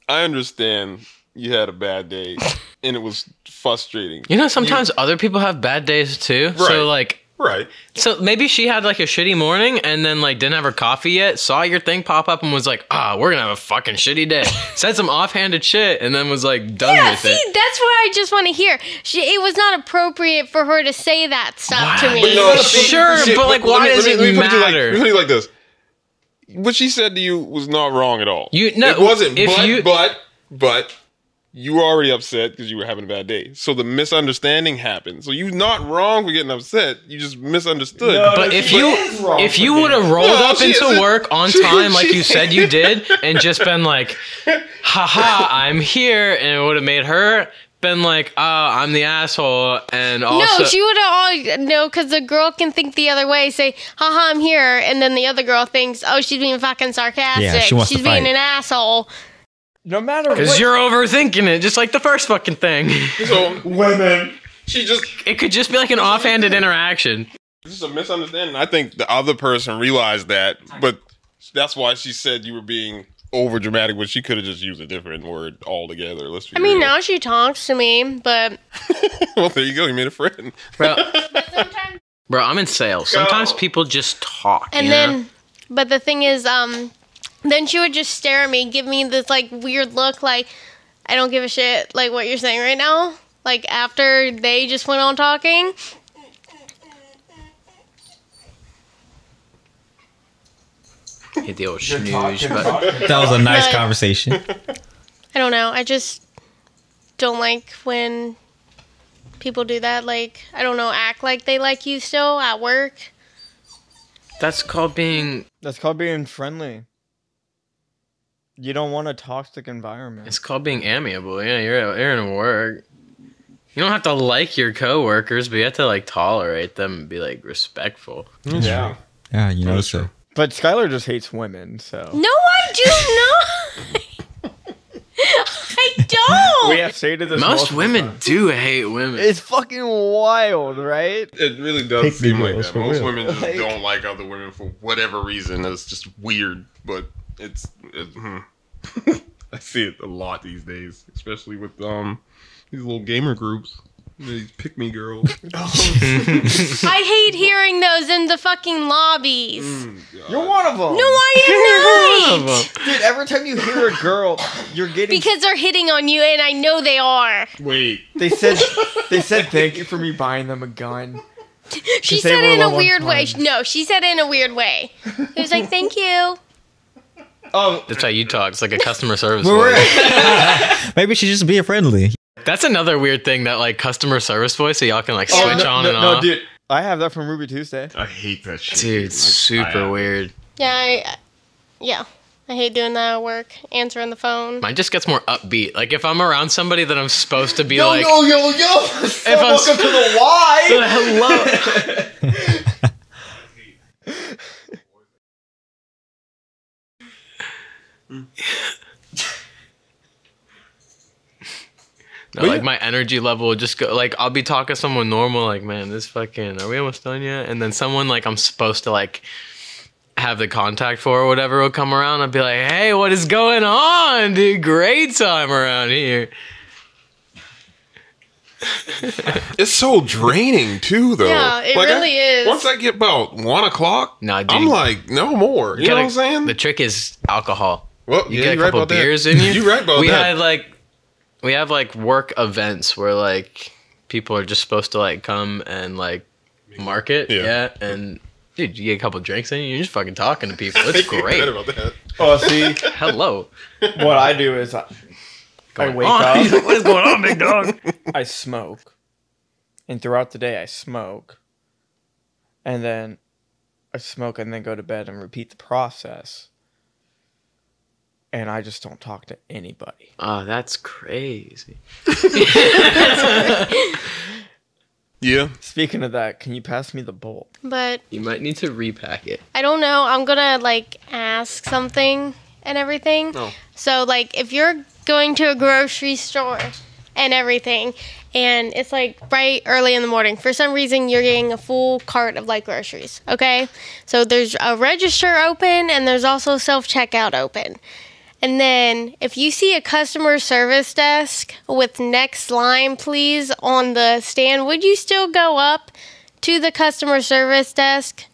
B: I understand you had a bad day and it was frustrating.
E: You know, sometimes other people have bad days too.
B: Right.
E: So like,
B: Right.
E: so maybe she had like a shitty morning and then like didn't have her coffee yet. Saw your thing pop up and was like, ah, we're gonna have a fucking shitty day. Said some offhanded shit and then was like done
D: Yeah,
E: with
D: see,
E: it.
D: that's what I just want to hear. She, it was not appropriate for her to say that stuff to
E: Wow.
D: me.
E: But no, she- Sure, but, like, why does it
B: put like-
E: matter?
B: let me put it like this. What she said to you was not wrong at all.
E: You- no,
B: it wasn't.
E: if
B: but,
E: you-
B: but but you were already upset because you were having a bad day. So the misunderstanding happened. So you're not wrong for getting upset. You just misunderstood.
A: No,
E: But if
A: She
E: you
A: is wrong
E: if
A: for
E: you
A: doing
E: would have rolled
B: No,
E: up
B: she
E: into
B: isn't.
E: work on
B: She-
E: time like
B: she-
E: you said you did and just been like, haha, I'm here, and it would have made her been like, ah, I'm the asshole, and also
D: no, she would have all no, because the girl can think the other way. Say, "Haha, I'm here," and then the other girl thinks, "Oh, she's being fucking sarcastic.
C: Yeah, she wants to
D: she's being
C: fight.
D: an asshole."
A: No matter
E: because
A: what,
E: you're overthinking it, just like the first fucking thing.
B: so women. She just
E: It could just be like an offhanded interaction.
B: This is a misunderstanding. I think the other person realized that, but that's why she said you were being over dramatic when she could have just used a different word altogether. Let's be
D: I mean,
B: real.
D: now she talks to me, but
B: well, there you go. You made a friend.
E: Bro,
D: sometimes
E: bro I'm in sales. Sometimes people just talk.
D: And
E: you know?
D: then, but the thing is, um, then she would just stare at me, give me this like weird look, like I don't give a shit, like what you're saying right now. Like after they just went on talking,
E: hit the old snooze. But
C: That was a nice
D: Right.
C: conversation.
D: I don't know. I just don't like when people do that. Like I don't know, act like they like you still at work.
E: that's called being.
A: that's called being friendly. You don't want a toxic environment.
E: It's called being amiable. Yeah, you're you're in work. You don't have to like your coworkers, but you have to like tolerate them and be like respectful.
A: Yeah.
C: Yeah, you know, so
A: But Skylar just hates women, so.
D: No, I do not. I don't.
A: We have stated this.
E: Most
A: multiple
E: women
A: times.
E: do hate women.
A: It's fucking wild, right?
B: It really
C: Pick
B: does seem
C: me
B: like
C: up
B: that.
C: for
B: Most
C: real.
B: women just
A: Like-
B: don't like other women for whatever reason. It's just weird, but it's. It, hmm. I see it a lot these days, especially with um these little gamer groups. These pick me girls.
D: Oh, I hate hearing those in the fucking lobbies.
A: Mm. You're one of them.
D: No, I am not.
A: Dude, every time you hear a girl, you're getting.
D: Because they're hitting on you, and I know they are.
B: Wait.
A: they said, they said, thank you for me buying them a gun.
D: She
A: Because they
D: said
A: were
D: it in
A: low
D: a
A: on
D: weird way.
A: funds.
D: No, she said it in a weird way. It was like, thank you.
A: Oh,
E: That's how you talk. It's like a customer service.
A: we're
E: voice.
C: maybe she just be friendly.
E: That's another weird thing that like customer service voice, so y'all can like switch on
A: Oh, no,
E: and
A: no,
E: off.
A: dude. I have that from Ruby Tuesday.
B: I hate that shit.
E: Dude,
B: Like,
E: super
B: I-
E: weird.
D: Yeah, I, uh, yeah. I hate doing that at work, answering the
A: Mm-hmm.
D: phone.
E: Mine just gets more upbeat. Like if I'm around somebody that I'm supposed to be like,
A: yo, yo! So
E: I'm-
A: to the Y.
E: hello. No, like my energy level will just go like I'll be talking to someone normal like man this fucking are we almost done yet and then someone like I'm supposed to like have the contact for or whatever will come around I'll be like hey what is going on dude great time around here
B: It's so draining too, though.
D: Yeah, it
B: I-
D: really is.
B: Once I get about one o'clock,
E: Nah, dude.
B: I'm like, no more. You know what I'm saying?
E: The trick is alcohol.
B: well,
E: You
B: yeah,
E: get a
B: you're right
E: couple
B: about that.
E: beers in you.
B: You're right about
E: we
B: that.
E: had like, we have like work events where like people are just supposed to like come and like market.
B: Yeah.
E: Yeah. and dude, you get a couple drinks in you. You're just fucking talking to people.
B: You're
E: It's
B: right
E: great.
B: about that.
A: Oh, see,
E: Hello.
A: what I do is I, I wake
E: on.
A: up,
E: what is going on, big dog?
A: I smoke, and throughout the day I smoke, and then I smoke and then go to bed and repeat the process. And I just don't talk to anybody.
E: Oh, that's crazy.
B: Yeah,
A: Speaking of that, can you pass me the bowl?
D: But
E: You might need to repack it.
D: I don't know. I'm gonna like ask something and everything.
E: No.
D: So like if you're going to a grocery store and everything and it's like bright early in the morning for some reason you're getting a full cart of like groceries okay so there's a register open and there's also self-checkout open and then if you see a customer service desk with next line please on the stand would you still go up to the customer service desk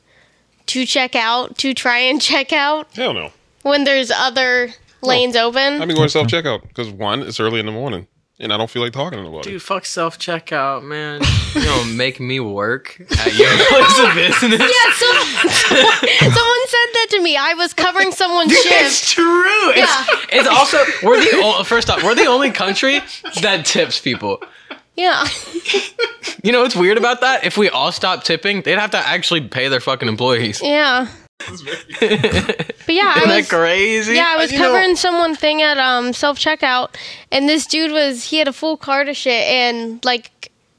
D: to check out to try and check out
B: hell no.
D: when there's other lanes open
B: I've been going self checkout because one, it's early in the morning, and I don't feel like talking to nobody.
E: Dude, fuck self checkout, man. you don't make me work at your place of business.
D: Yeah, some, someone said that to me. I was covering someone's shift.
E: It's true. It's,
D: Yeah.
E: it's also we're the o- first off we're the only country that tips people.
D: Yeah.
E: You know what's weird about that? If we all stopped tipping, they'd have to actually pay their fucking employees. Isn't
D: Yeah. But yeah, I
E: that
D: was
E: crazy?
B: Uh,
D: yeah, I was covering someone thing at um self checkout and this dude was he had a full cart of shit and like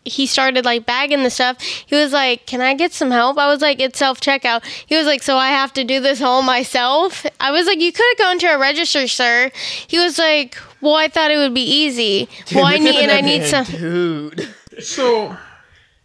D: he started like bagging the stuff. He was like, "Can I get some help?" I was like, "It's self checkout." He was like, "So I have to do this all myself?" I was like, "You could have gone to a register, sir." He was like, "Well, I thought it would be easy. Well, I need and I need some."
A: Dude.
B: So,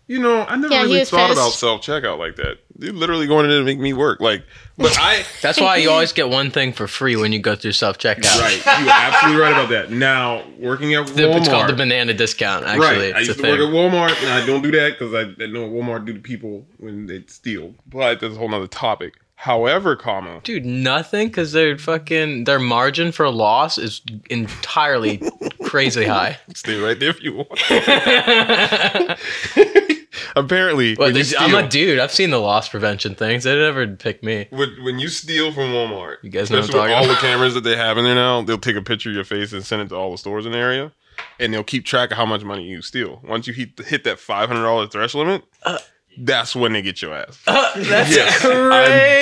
B: you know, I never
D: Yeah, he
B: really
D: was
B: thought
D: pissed.
B: about self checkout like that. You're literally going in there to make me work. Like, but I.
E: That's why you always get one thing for free when you go through self checkout.
B: right, you're absolutely right about that. Now working at Walmart,
E: It's called the banana discount. Actually,
B: right? I
E: it's a
B: used to
E: thing.
B: work at Walmart, and I don't do that because I, I know what Walmart do to people when they steal. But that's a whole nother topic. However, comma,
E: Dude, nothing because their fucking their margin for loss is entirely crazy high.
B: stay right there if you want. Apparently,
E: But
B: when you
E: they- I'm
B: steal-
E: a dude. I've seen the loss prevention things. They never pick me.
B: When, when you steal from Walmart,
E: You guys know
B: especially
E: what I'm
B: with
E: talking
B: all
E: about.
B: the cameras that they have in there now, they'll take a picture of your face and send it to all the stores in the area, and they'll keep track of how much money you steal. Once you hit, hit that five hundred dollar thresh limit, that's when they get your ass.
E: That's
B: Yes. I'm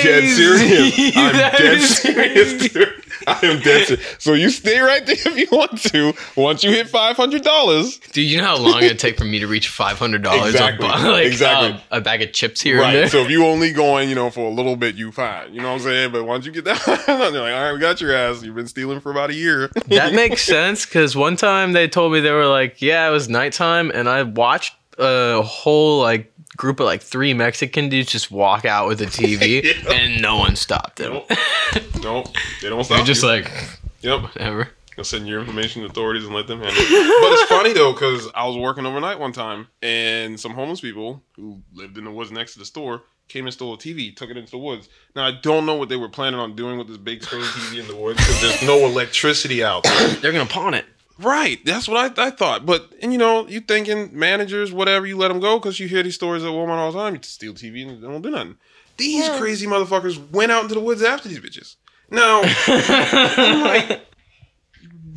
B: dead serious. I'm dead serious. dude. I am dead serious. So you stay right there if you want to. Once you hit five hundred dollars,
E: Dude, you know how long it'd take for me to reach five hundred dollars
B: Exactly.
E: a, bu- like,
B: Exactly.
E: um, a bag of chips here and there.
B: right? So if you only going, you know, for a little bit, you fine. You know what I'm saying? But once you get that, they're like, all right, we got your ass. You've been stealing for about a year.
E: that makes sense because one time they told me they were like, yeah, it was nighttime, and I watched a whole like group of like three Mexican dudes just walk out with a TV, and no one stopped them.
B: Nope. nope. They don't stop.
E: You're just
B: you.
E: like,
B: yep.
E: whatever.
B: You'll send your information to authorities and let them handle it. but it's funny though, because I was working overnight one time, and some homeless people who lived in the woods next to the store came and stole a TV, took it into the woods. Now I don't know what they were planning on doing with this big screen TV in the woods because there's no electricity out there.
E: They're gonna pawn it.
B: right? That's what I, I thought. But and you know, you thinking managers, whatever, you let them go because you hear these stories at Walmart all the time. You steal TV and they don't do nothing. These
D: Yeah.
B: crazy motherfuckers went out into the woods after these bitches. Now.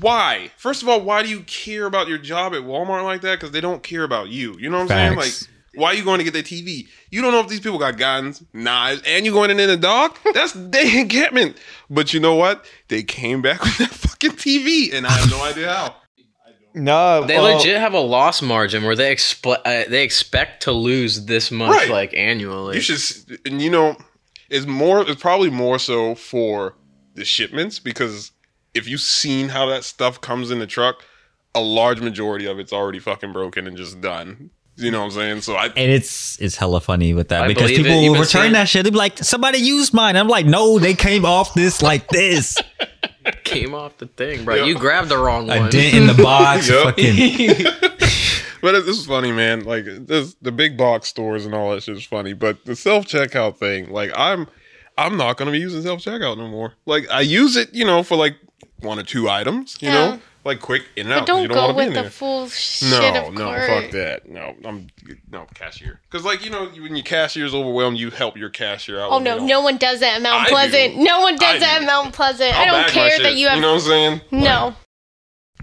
B: why? First of all, why do you care about your job at Walmart like that? Because they don't care about you. You know what I'm
C: Facts.
B: saying? Like, why are you going to get their TV? You don't know if these people got guns, knives, and you going in in a dog. That's they encampment. But you know what? They came back with that fucking TV, and I have no idea how.
A: No,
E: They
A: well,
E: legit have a loss margin where they expl- uh, they expect to lose this much
B: Right.
E: like annually.
B: You should, s- and you know, it's more. It's probably more so for the shipments because if you've seen how that stuff comes in the truck, a large majority of it's already fucking broken and just done. You know what I'm saying? So I
C: And it's it's hella funny with that
E: I
C: because
E: believe it.
C: people
E: You've
C: will
E: been
C: return
E: seeing-
C: that shit. They'll be like, somebody used mine. I'm like, no, they came off this like this.
E: came off the thing, bro.
B: Yeah.
E: You grabbed the wrong one.
C: A dent in the box.
B: Yep.
C: Fucking
B: but it, this is funny, man. Like this, the big box stores and all that shit is funny, but the self checkout thing, like I'm, I'm not gonna be using self checkout no more. Like I use it, you know, for like one or two items, you
D: Yeah.
B: know, like quick in and
D: But
B: out. 'cause
D: don't,
B: you don't
D: go
B: want to be in
D: with
B: there.
D: the full shit
B: No,
D: of
B: no,
D: cart.
B: fuck that. No, I'm no cashier. Because like you know, when your cashier's overwhelmed, you help your cashier out.
D: Oh
B: when they
D: no,
B: don't.
D: no one does that at Mount
B: I
D: Pleasant.
B: do.
D: No one
B: I
D: does that
B: do.
D: at Mount Pleasant. I
B: I'll bag
D: don't
B: my
D: care that
B: shit.
D: you have
B: You know what I'm saying?
D: no.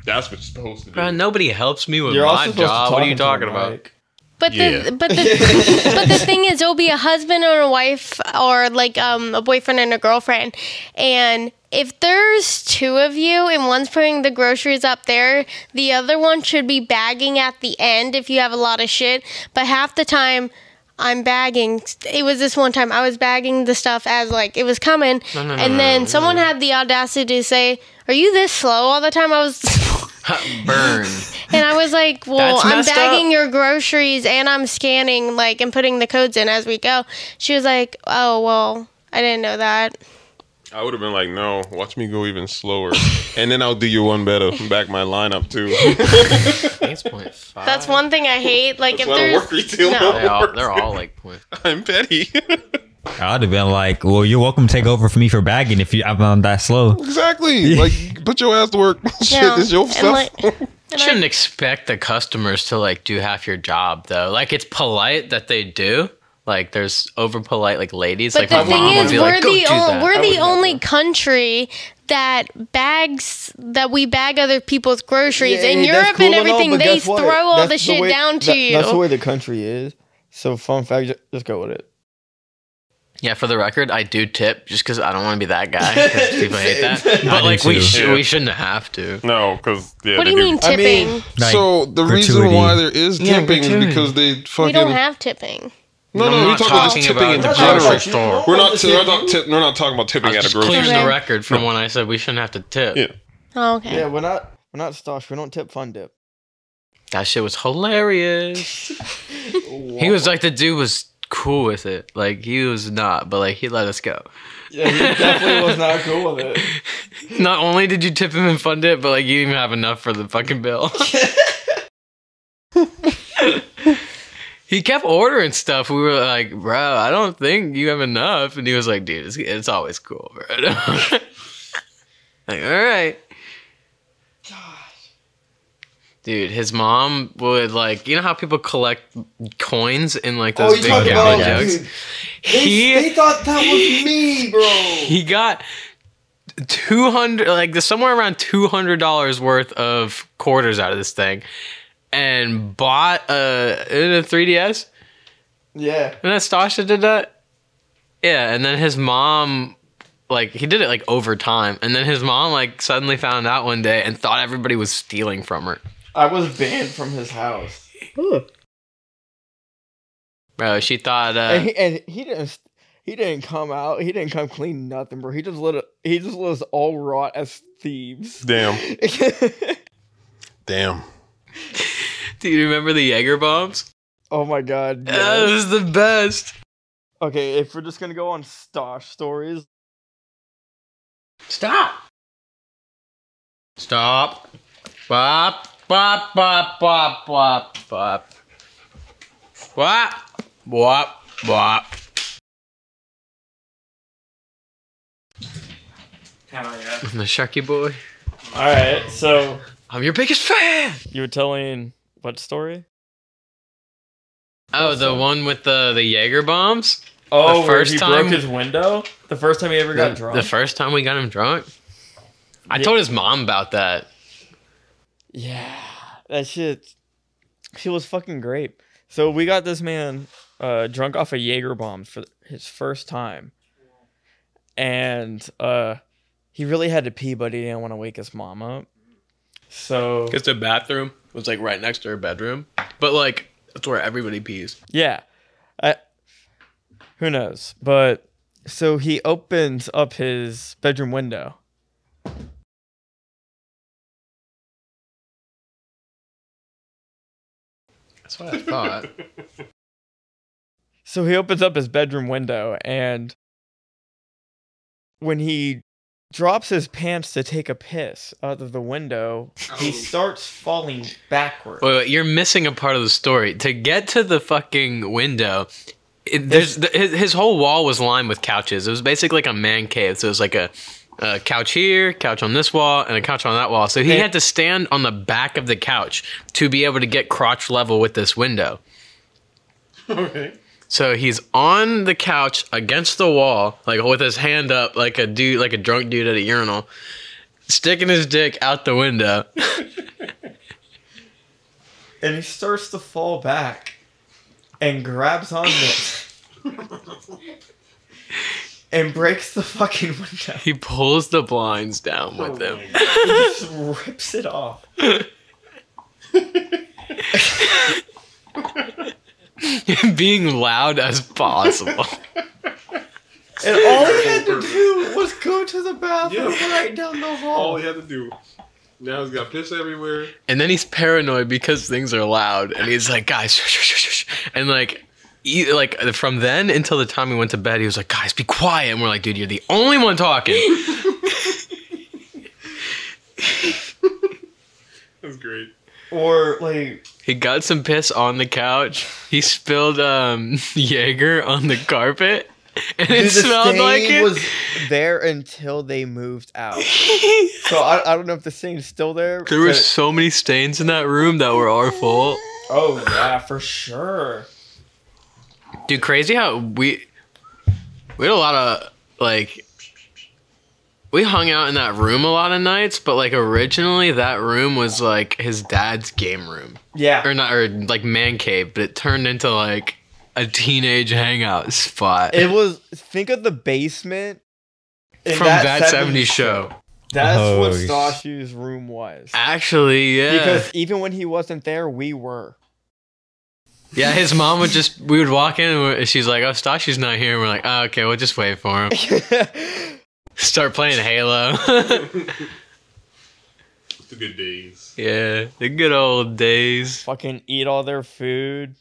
B: That's what you're supposed to do.
E: Bro, nobody helps me with
A: You're also
E: my
A: supposed to
E: job. What are you
A: talk
E: talking
A: into a
E: about?
A: mic.
D: But
B: Yeah.
D: the but the but the thing is, it'll be a husband or a wife or like um, a boyfriend and a girlfriend, and if there's two of you and one's putting the groceries up there, the other one should be bagging at the end if you have a lot of shit. But half the time. I'm bagging. It was this one time I was bagging the stuff as like it was coming,
E: no, no,
D: and then someone had the audacity to say, "Are you this slow all the time?" I was
E: Burn.
D: and I was like, well,
E: That's
D: I'm
E: messed
D: bagging
E: up.
D: your groceries and I'm scanning, like, and putting the codes in as we go. She was like, oh, well, I didn't know that.
B: I would have been like, no, watch me go even slower, and then I'll do you one better. Back my lineup too.
E: It's point five.
D: That's one thing I hate. Like, if
B: why I
D: there's.
B: work retail.
D: No.
E: They all, they're all like point.
B: I'm petty.
C: I'd have been like, "Well, you're welcome to take over for me for bagging if you I'm on that slow."
B: exactly. Like, put your ass to work. Shit,
D: No.
B: it's your
D: And,
B: stuff.
D: like-
E: You shouldn't expect the customers to like do half your job though. Like it's polite that they do. Like there's over polite like ladies.
D: But
E: like
D: the
E: my mom
D: thing
E: would
D: is,
E: be
D: we're
E: like, "Go
D: the
E: do
D: only,
E: that."
D: we're
E: I
D: the
E: would
D: only country that bags that we bag other people's groceries in
A: Yeah, that's
D: Europe
A: cool
D: and
A: all,
D: everything.
A: but
D: they
A: guess
D: throw
A: what?
D: all
A: That's
D: the shit
A: way-
D: down to
A: that-
D: you.
A: That's the way the country is. So fun fact, ju- just go with it.
E: Yeah, for the record, I do tip just because I don't want to be that guy. 'cause people hate that. But
C: do
E: like we
C: too.
E: sh-
B: Yeah.
E: we shouldn't have to.
B: No, because yeah,
D: what do
B: they
D: you mean
A: I
D: tipping?
A: mean,
C: Like,
B: so the reason
C: gratuity.
B: why there is
E: Yeah,
B: tipping is
E: gratuity.
B: because they fucking
D: we don't have tipping.
B: no no
E: I'm
B: we're
E: not
B: talking about
E: talking
B: tipping
E: about
B: in
E: the
B: general.
E: grocery store.
B: We're not, we're, not tip, we're not talking about
E: I
B: tipping
E: was
B: at a
E: just
B: grocery
E: clearing
B: store.
E: the
D: store.
E: record from when I said we shouldn't have to tip.
B: Yeah.
D: Oh, okay.
A: Yeah, we're not we're not stocks. We don't tip fun dip.
E: That shit was hilarious. he was like the dude was cool with it. Like he was not, but like he let us go.
A: Yeah, he definitely was not cool with it.
E: Not only did you tip him and fund it, but like you didn't even have enough for the fucking bill. he kept ordering stuff. We were like, bro, I don't think you have enough. And he was like, dude, it's, it's always cool, bro. like, all right. Dude, his mom would like, you know how people collect coins in like
A: Oh,
E: those big
C: talking about,
E: gallon jugs?
A: dude,
E: He-
A: thought that was me, bro.
E: he got 200 like there's somewhere around $200 worth of quarters out of this thing and bought a, in a 3ds
A: Yeah.
E: and that stasha did that yeah and then his mom like he did it like over time and then his mom like suddenly found out one day and thought everybody was stealing from her
A: I was banned from his house.
E: bro she
A: And,
E: thought uh
A: he, and he didn't he didn't come out. He didn't come clean nothing, bro. He just let it, he just let us all rot as thieves.
B: Damn, damn.
E: do you remember the jaeger bombs
A: oh my god.
E: that
A: yes.
E: was the best
A: Okay, if we're just gonna go on Stosh stories,
E: Stop. Stop. Bop, bop, bop, bop, bop, bop. Wop, wop, wop. I'm the Sharky Boy.
A: all right. So
E: I'm your biggest fan.
A: you were telling what story?
E: Oh, the one with the the Jaeger bombs.
A: Oh, where
E: first
A: he
E: time-
A: broke his window. The first time he ever got
E: The,
A: drunk.
E: the first time we got him drunk. I
A: Yeah.
E: told his mom about that.
A: Yeah, that shit. She was fucking great. So we got this man uh, drunk off a Jaeger bomb for his first time, and uh, he really had to pee, but he didn't want to wake his mom up. So
E: Cause the bathroom was like right next to her bedroom, but like that's where everybody pees.
A: Yeah. I, who knows? But so he opens up his bedroom window.
E: That's what I thought.
A: So he opens up his bedroom window and when he drops his pants to take a piss out of the window. He starts falling backward.
E: Wait, wait, you're missing a part of the story. To get to the fucking window, it, there's the, his, his whole wall was lined with couches. It was basically like a man cave. So it was like a, a couch here, couch on this wall, and a couch on that wall. So he
A: And-
E: had to stand on the back of the couch to be able to get crotch level with this window.
B: Okay.
E: So he's on the couch against the wall, like with his hand up, like a dude, like a drunk dude at a urinal, sticking his dick out the window.
A: And he starts to fall back and grabs onto it and breaks the fucking window.
E: He pulls the blinds down
A: Oh
E: with him.
A: He just rips it off.
E: being loud as possible.
A: And all he had to do was go to the bathroom right down the
B: All
A: hall.
B: he had to do. Now he's got piss everywhere.
E: and then he's paranoid because things are loud, and he's like, guys, shh, shh, shh, shh, shh." and like. He, like from then until the time we went to bed, he was like, "Guys, be quiet." And we're like, "Dude, you're the only one talking."
B: That's great.
A: Or like
E: he got some piss on the couch. He spilled um Jaeger on the carpet, and it
A: Dude, the
E: smelled
A: stain
E: like it.
A: was there until they moved out. so I, I don't know if the stain's still there.
E: there were
A: but-
E: so many stains in that room that were our fault.
A: Oh yeah, for sure.
E: Dude, crazy how we we had a lot of like we hung out in that room a lot of nights, but like originally that room was like his dad's game room
A: Yeah.
E: or not or like man cave, but it turned into like a teenage hangout spot
A: It was think of the basement in
E: from that, 70s
A: 70s
E: show.
A: That's what
C: Oh, s-
A: Stashu's room was.
E: Actually, yeah.
A: Because even when he wasn't there, we were.
E: yeah, his mom would just we would walk in and we're- she's like, "Oh, Stashi's not here." And we're like, "Oh, okay, we'll just wait for him." Start playing Halo.
B: The good days.
E: yeah, the good old days.
A: Fucking eat all their food,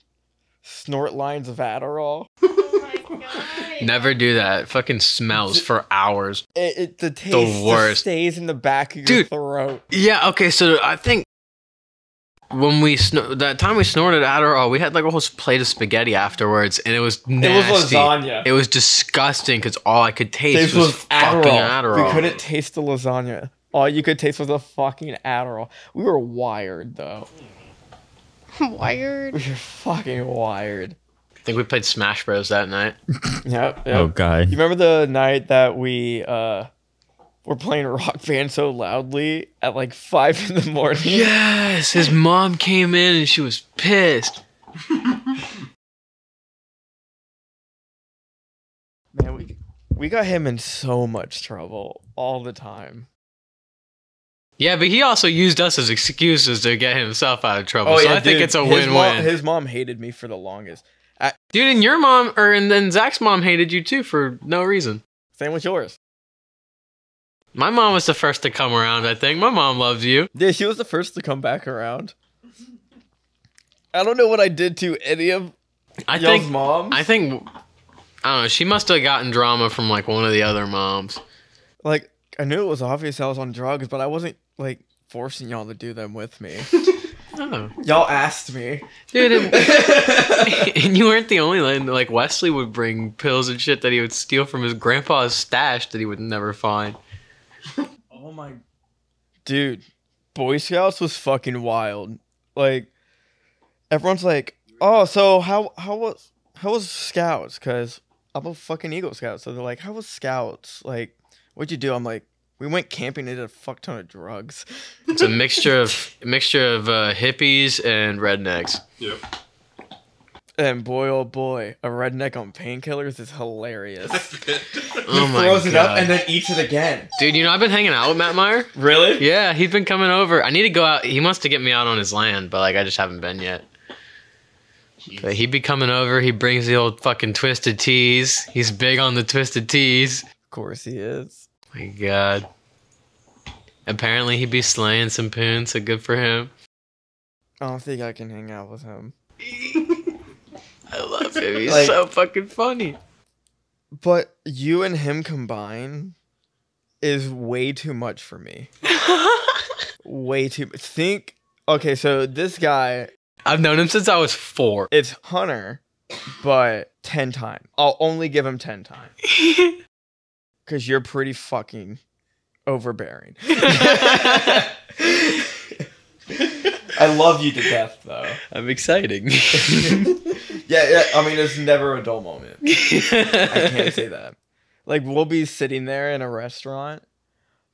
A: snort lines of Adderall.
E: Oh Never do that. It fucking smells for hours.
A: It, it the taste just
E: worst.
A: stays in the back of your
E: Dude.
A: throat.
E: Yeah. Okay. So I think when we sno- that time we snorted Adderall, we had like a whole plate of spaghetti afterwards, and it was nasty.
A: It was lasagna.
E: It was disgusting because all I could taste
A: Taste
E: was, fucking Adderall.
A: We couldn't taste the lasagna. All you could taste was a fucking Adderall. We were wired though.
D: Wired.
A: We were fucking wired.
E: I think we played Smash Bros that night.
A: Yep. yep.
C: Oh
A: You
C: god.
A: remember the night that we uh were playing rock band so loudly at like five in the morning?
E: Yes, his mom came in and she was pissed.
A: Man, we we got him in so much trouble all the time.
E: Yeah, but he also used us as excuses to get himself out of trouble. so Oh, I think it's a
A: Oh, his
E: win-win.
A: mom- his mom hated me for the longest.
E: Dude, and your mom, or and then Zach's mom hated you too for no reason.
A: Same with yours.
E: My mom was the first to come around, I think. My mom loves you.
A: Yeah, she was the first to come back around. I don't know what I did to any of
E: I
A: y'all's
E: think,
A: moms.
E: I think, I don't know, she must have gotten drama from like one of the other moms.
A: like I knew it was obvious I was on drugs, but I wasn't like forcing y'all to do them with me.
E: Oh.
A: y'all asked me.
E: Dude, and, and you weren't the only one. Like, Wesley would bring pills and shit that he would steal from his grandpa's stash that he would never find.
A: Oh my dude, Boy Scouts was fucking wild. Like everyone's like, "Oh, so how how was how was Scouts?" Cuz I'm a fucking Eagle Scout. So they're like, "How was Scouts?" Like, "What'd you do?" I'm like, "We went camping and did a fuck ton of drugs."
E: It's a mixture of mixture of uh, hippies and rednecks.
B: Yep.
A: And boy, oh boy, a redneck on painkillers is hilarious.
E: Oh my god,
A: then eats it again.
E: dude! You know I've been hanging out with Matt Meyer.
A: Really?
E: Yeah, he's been coming over. I need to go out. He wants to get me out on his land, but like I just haven't been yet. But he'd be coming over. He brings the old fucking twisted teas. He's big on the twisted teas.
A: Of course he is.
E: My God. Apparently he'd be slaying some poons, so good for him.
A: I don't think I can hang out with him.
E: I love him. He's
A: Like-
E: so fucking funny.
A: But you and him combined is way too much for me. way too. Think. Okay, so this guy,
E: I've known him since I was four.
A: it's Hunter, but ten times. I'll only give him ten times. Cause you're pretty fucking overbearing. I love you to death, though.
E: I'm exciting.
A: Yeah, yeah. I mean, there's never a dull moment. I can't say that. Like we'll be sitting there in a restaurant.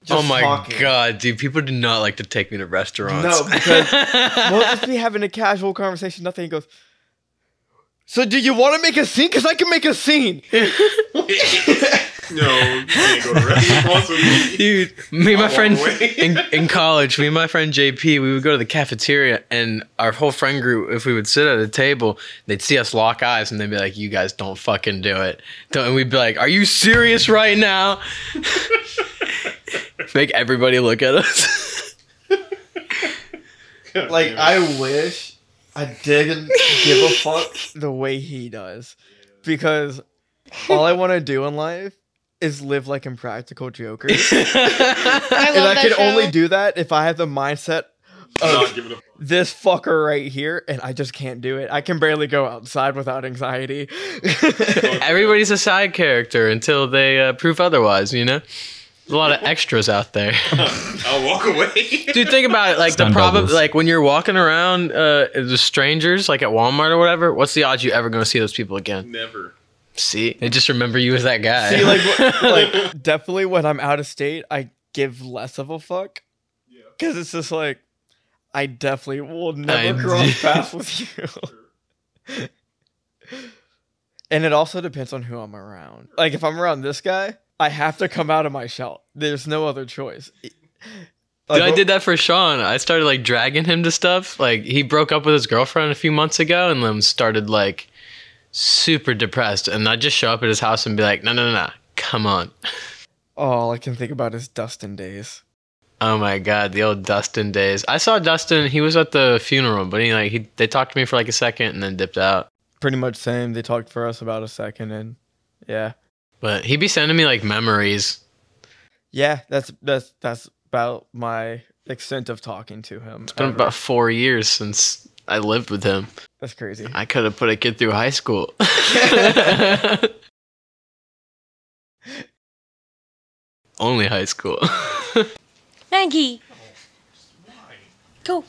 E: oh my
A: talking.
E: god, dude! People do not like to take me to restaurants.
A: No, because we'll just be having a casual conversation. Nothing. He goes. So do you want to make a scene? Cause I can make a scene.
B: No, you can't go to restaurants with me.
E: Dude, me and my
B: walk
E: friend
B: away.
E: in, in college, me and my friend JP, we would go to the cafeteria, and our whole friend group, if we would sit at a table, they'd see us lock eyes, and they'd be like, "You guys don't fucking do it," Don't- and we'd be like, "Are you serious right now?" Make everybody look at us.
A: Like I wish I didn't give a fuck the way he does, because all I want to do in life is live like impractical Joker, and
D: I love
A: I
D: that
A: can
D: show.
A: only do that if I have the mindset
B: Not giving a
A: this fucker right here and I just can't do it. I can barely go outside without anxiety.
E: Everybody's a side character until they uh, prove otherwise. You know, There's a lot of extras out there.
B: fuck. I'll walk away.
E: Dude, think about it. Like the
C: Stunt
E: problem,
C: doubles.
E: like when you're walking around uh, the strangers, like at Walmart or whatever. What's the odds you ever going to see those people again?
B: Never.
E: See, they just remember you as that guy.
A: See, like, wh- like definitely when I'm out of state, I give less of a fuck. Because it's just like, I definitely will never
E: I-
A: cross paths with you. and it also depends on who I'm around. Like, if I'm around this guy, I have to come out of my shell. There's no other choice.
E: Dude,
A: oh
E: I did that for Sean. I started like dragging him to stuff. Like he broke up with his girlfriend a few months ago, and then started like super depressed. And I'd just show up at his house and be like, "No, no, no, no. come on."
A: All I can think about is Dustin days.
E: Oh my god, the old Dustin days. I saw Dustin. He was at the funeral, but he like he they talked to me for like a second and then dipped out.
A: pretty much same. They talked for us about a second, and yeah,
E: But he'd be sending me like memories.
A: yeah, that's that's that's about my extent of talking to him.
E: It's been
A: ever.
E: about four years since I lived with him.
A: that's crazy.
E: I could have put a kid through high school. Only high school.
D: Maggie. Go.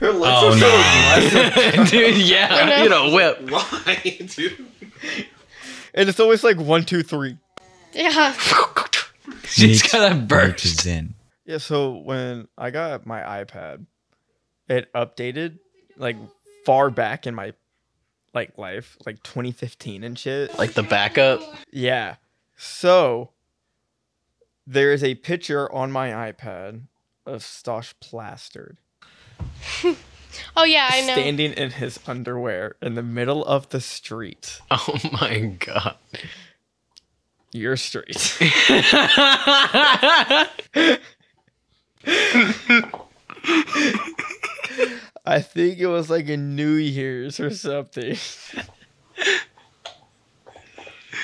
A: Her lips
C: Oh, no.
E: Dude, yeah, you know, whip.
B: Why, dude?
A: and it's always like one, two, three.
D: Yeah.
E: She's
C: Nick
E: gonna
C: Is
E: burst.
C: in.
A: Yeah. So when I got my iPad, it updated like far back in my like life, like 2015 and shit.
E: Like the backup.
A: Yeah. So there is a picture on my iPad of Stosh plastered.
D: Oh yeah, I know.
A: standing in his underwear in the middle of the street.
E: Oh my god.
A: Your street. I think it was like a New Year's or something.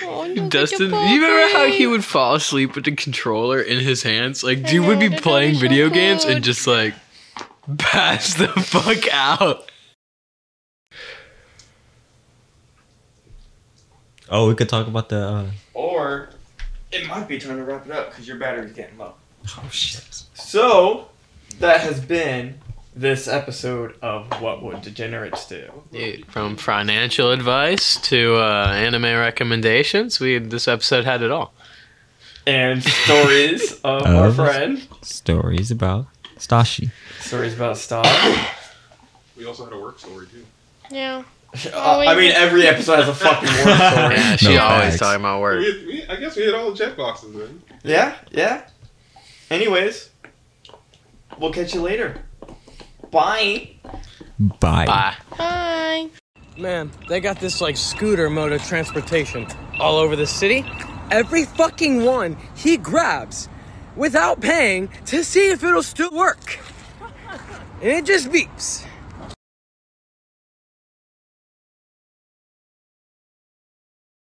D: Oh, look at the
E: Dustin,
D: poor
E: you remember how he
D: thing.
E: would fall asleep with the controller in his hands? Like, dude would be
D: know, that
E: playing
D: is so
E: video games and
D: good.
E: just like pass the fuck out.
C: Oh, we could talk about the. Uh,
A: Or it might be time to wrap it up because your battery's getting low.
C: oh shit!
A: So that has been this episode of What Would Degenerates Do?
E: Dude, from financial advice to uh, anime recommendations, we this episode had it all.
A: And stories of our
C: Of-
A: friend.
C: Stories about Stashi.
A: Stories about Stosh.
B: We also had a work story, too.
D: Yeah.
A: I mean, every episode has a fucking war story.
E: Yeah, she
C: No
E: always
C: facts.
E: talking about work.
B: We, we, I guess we hit all the checkboxes then.
A: Yeah, yeah. Anyways, we'll catch you later. Bye.
C: Bye.
E: Bye.
D: Bye.
F: Man, they got this like scooter mode of transportation all over the city. Every fucking one he grabs without paying to see if it'll still work. And it just beeps.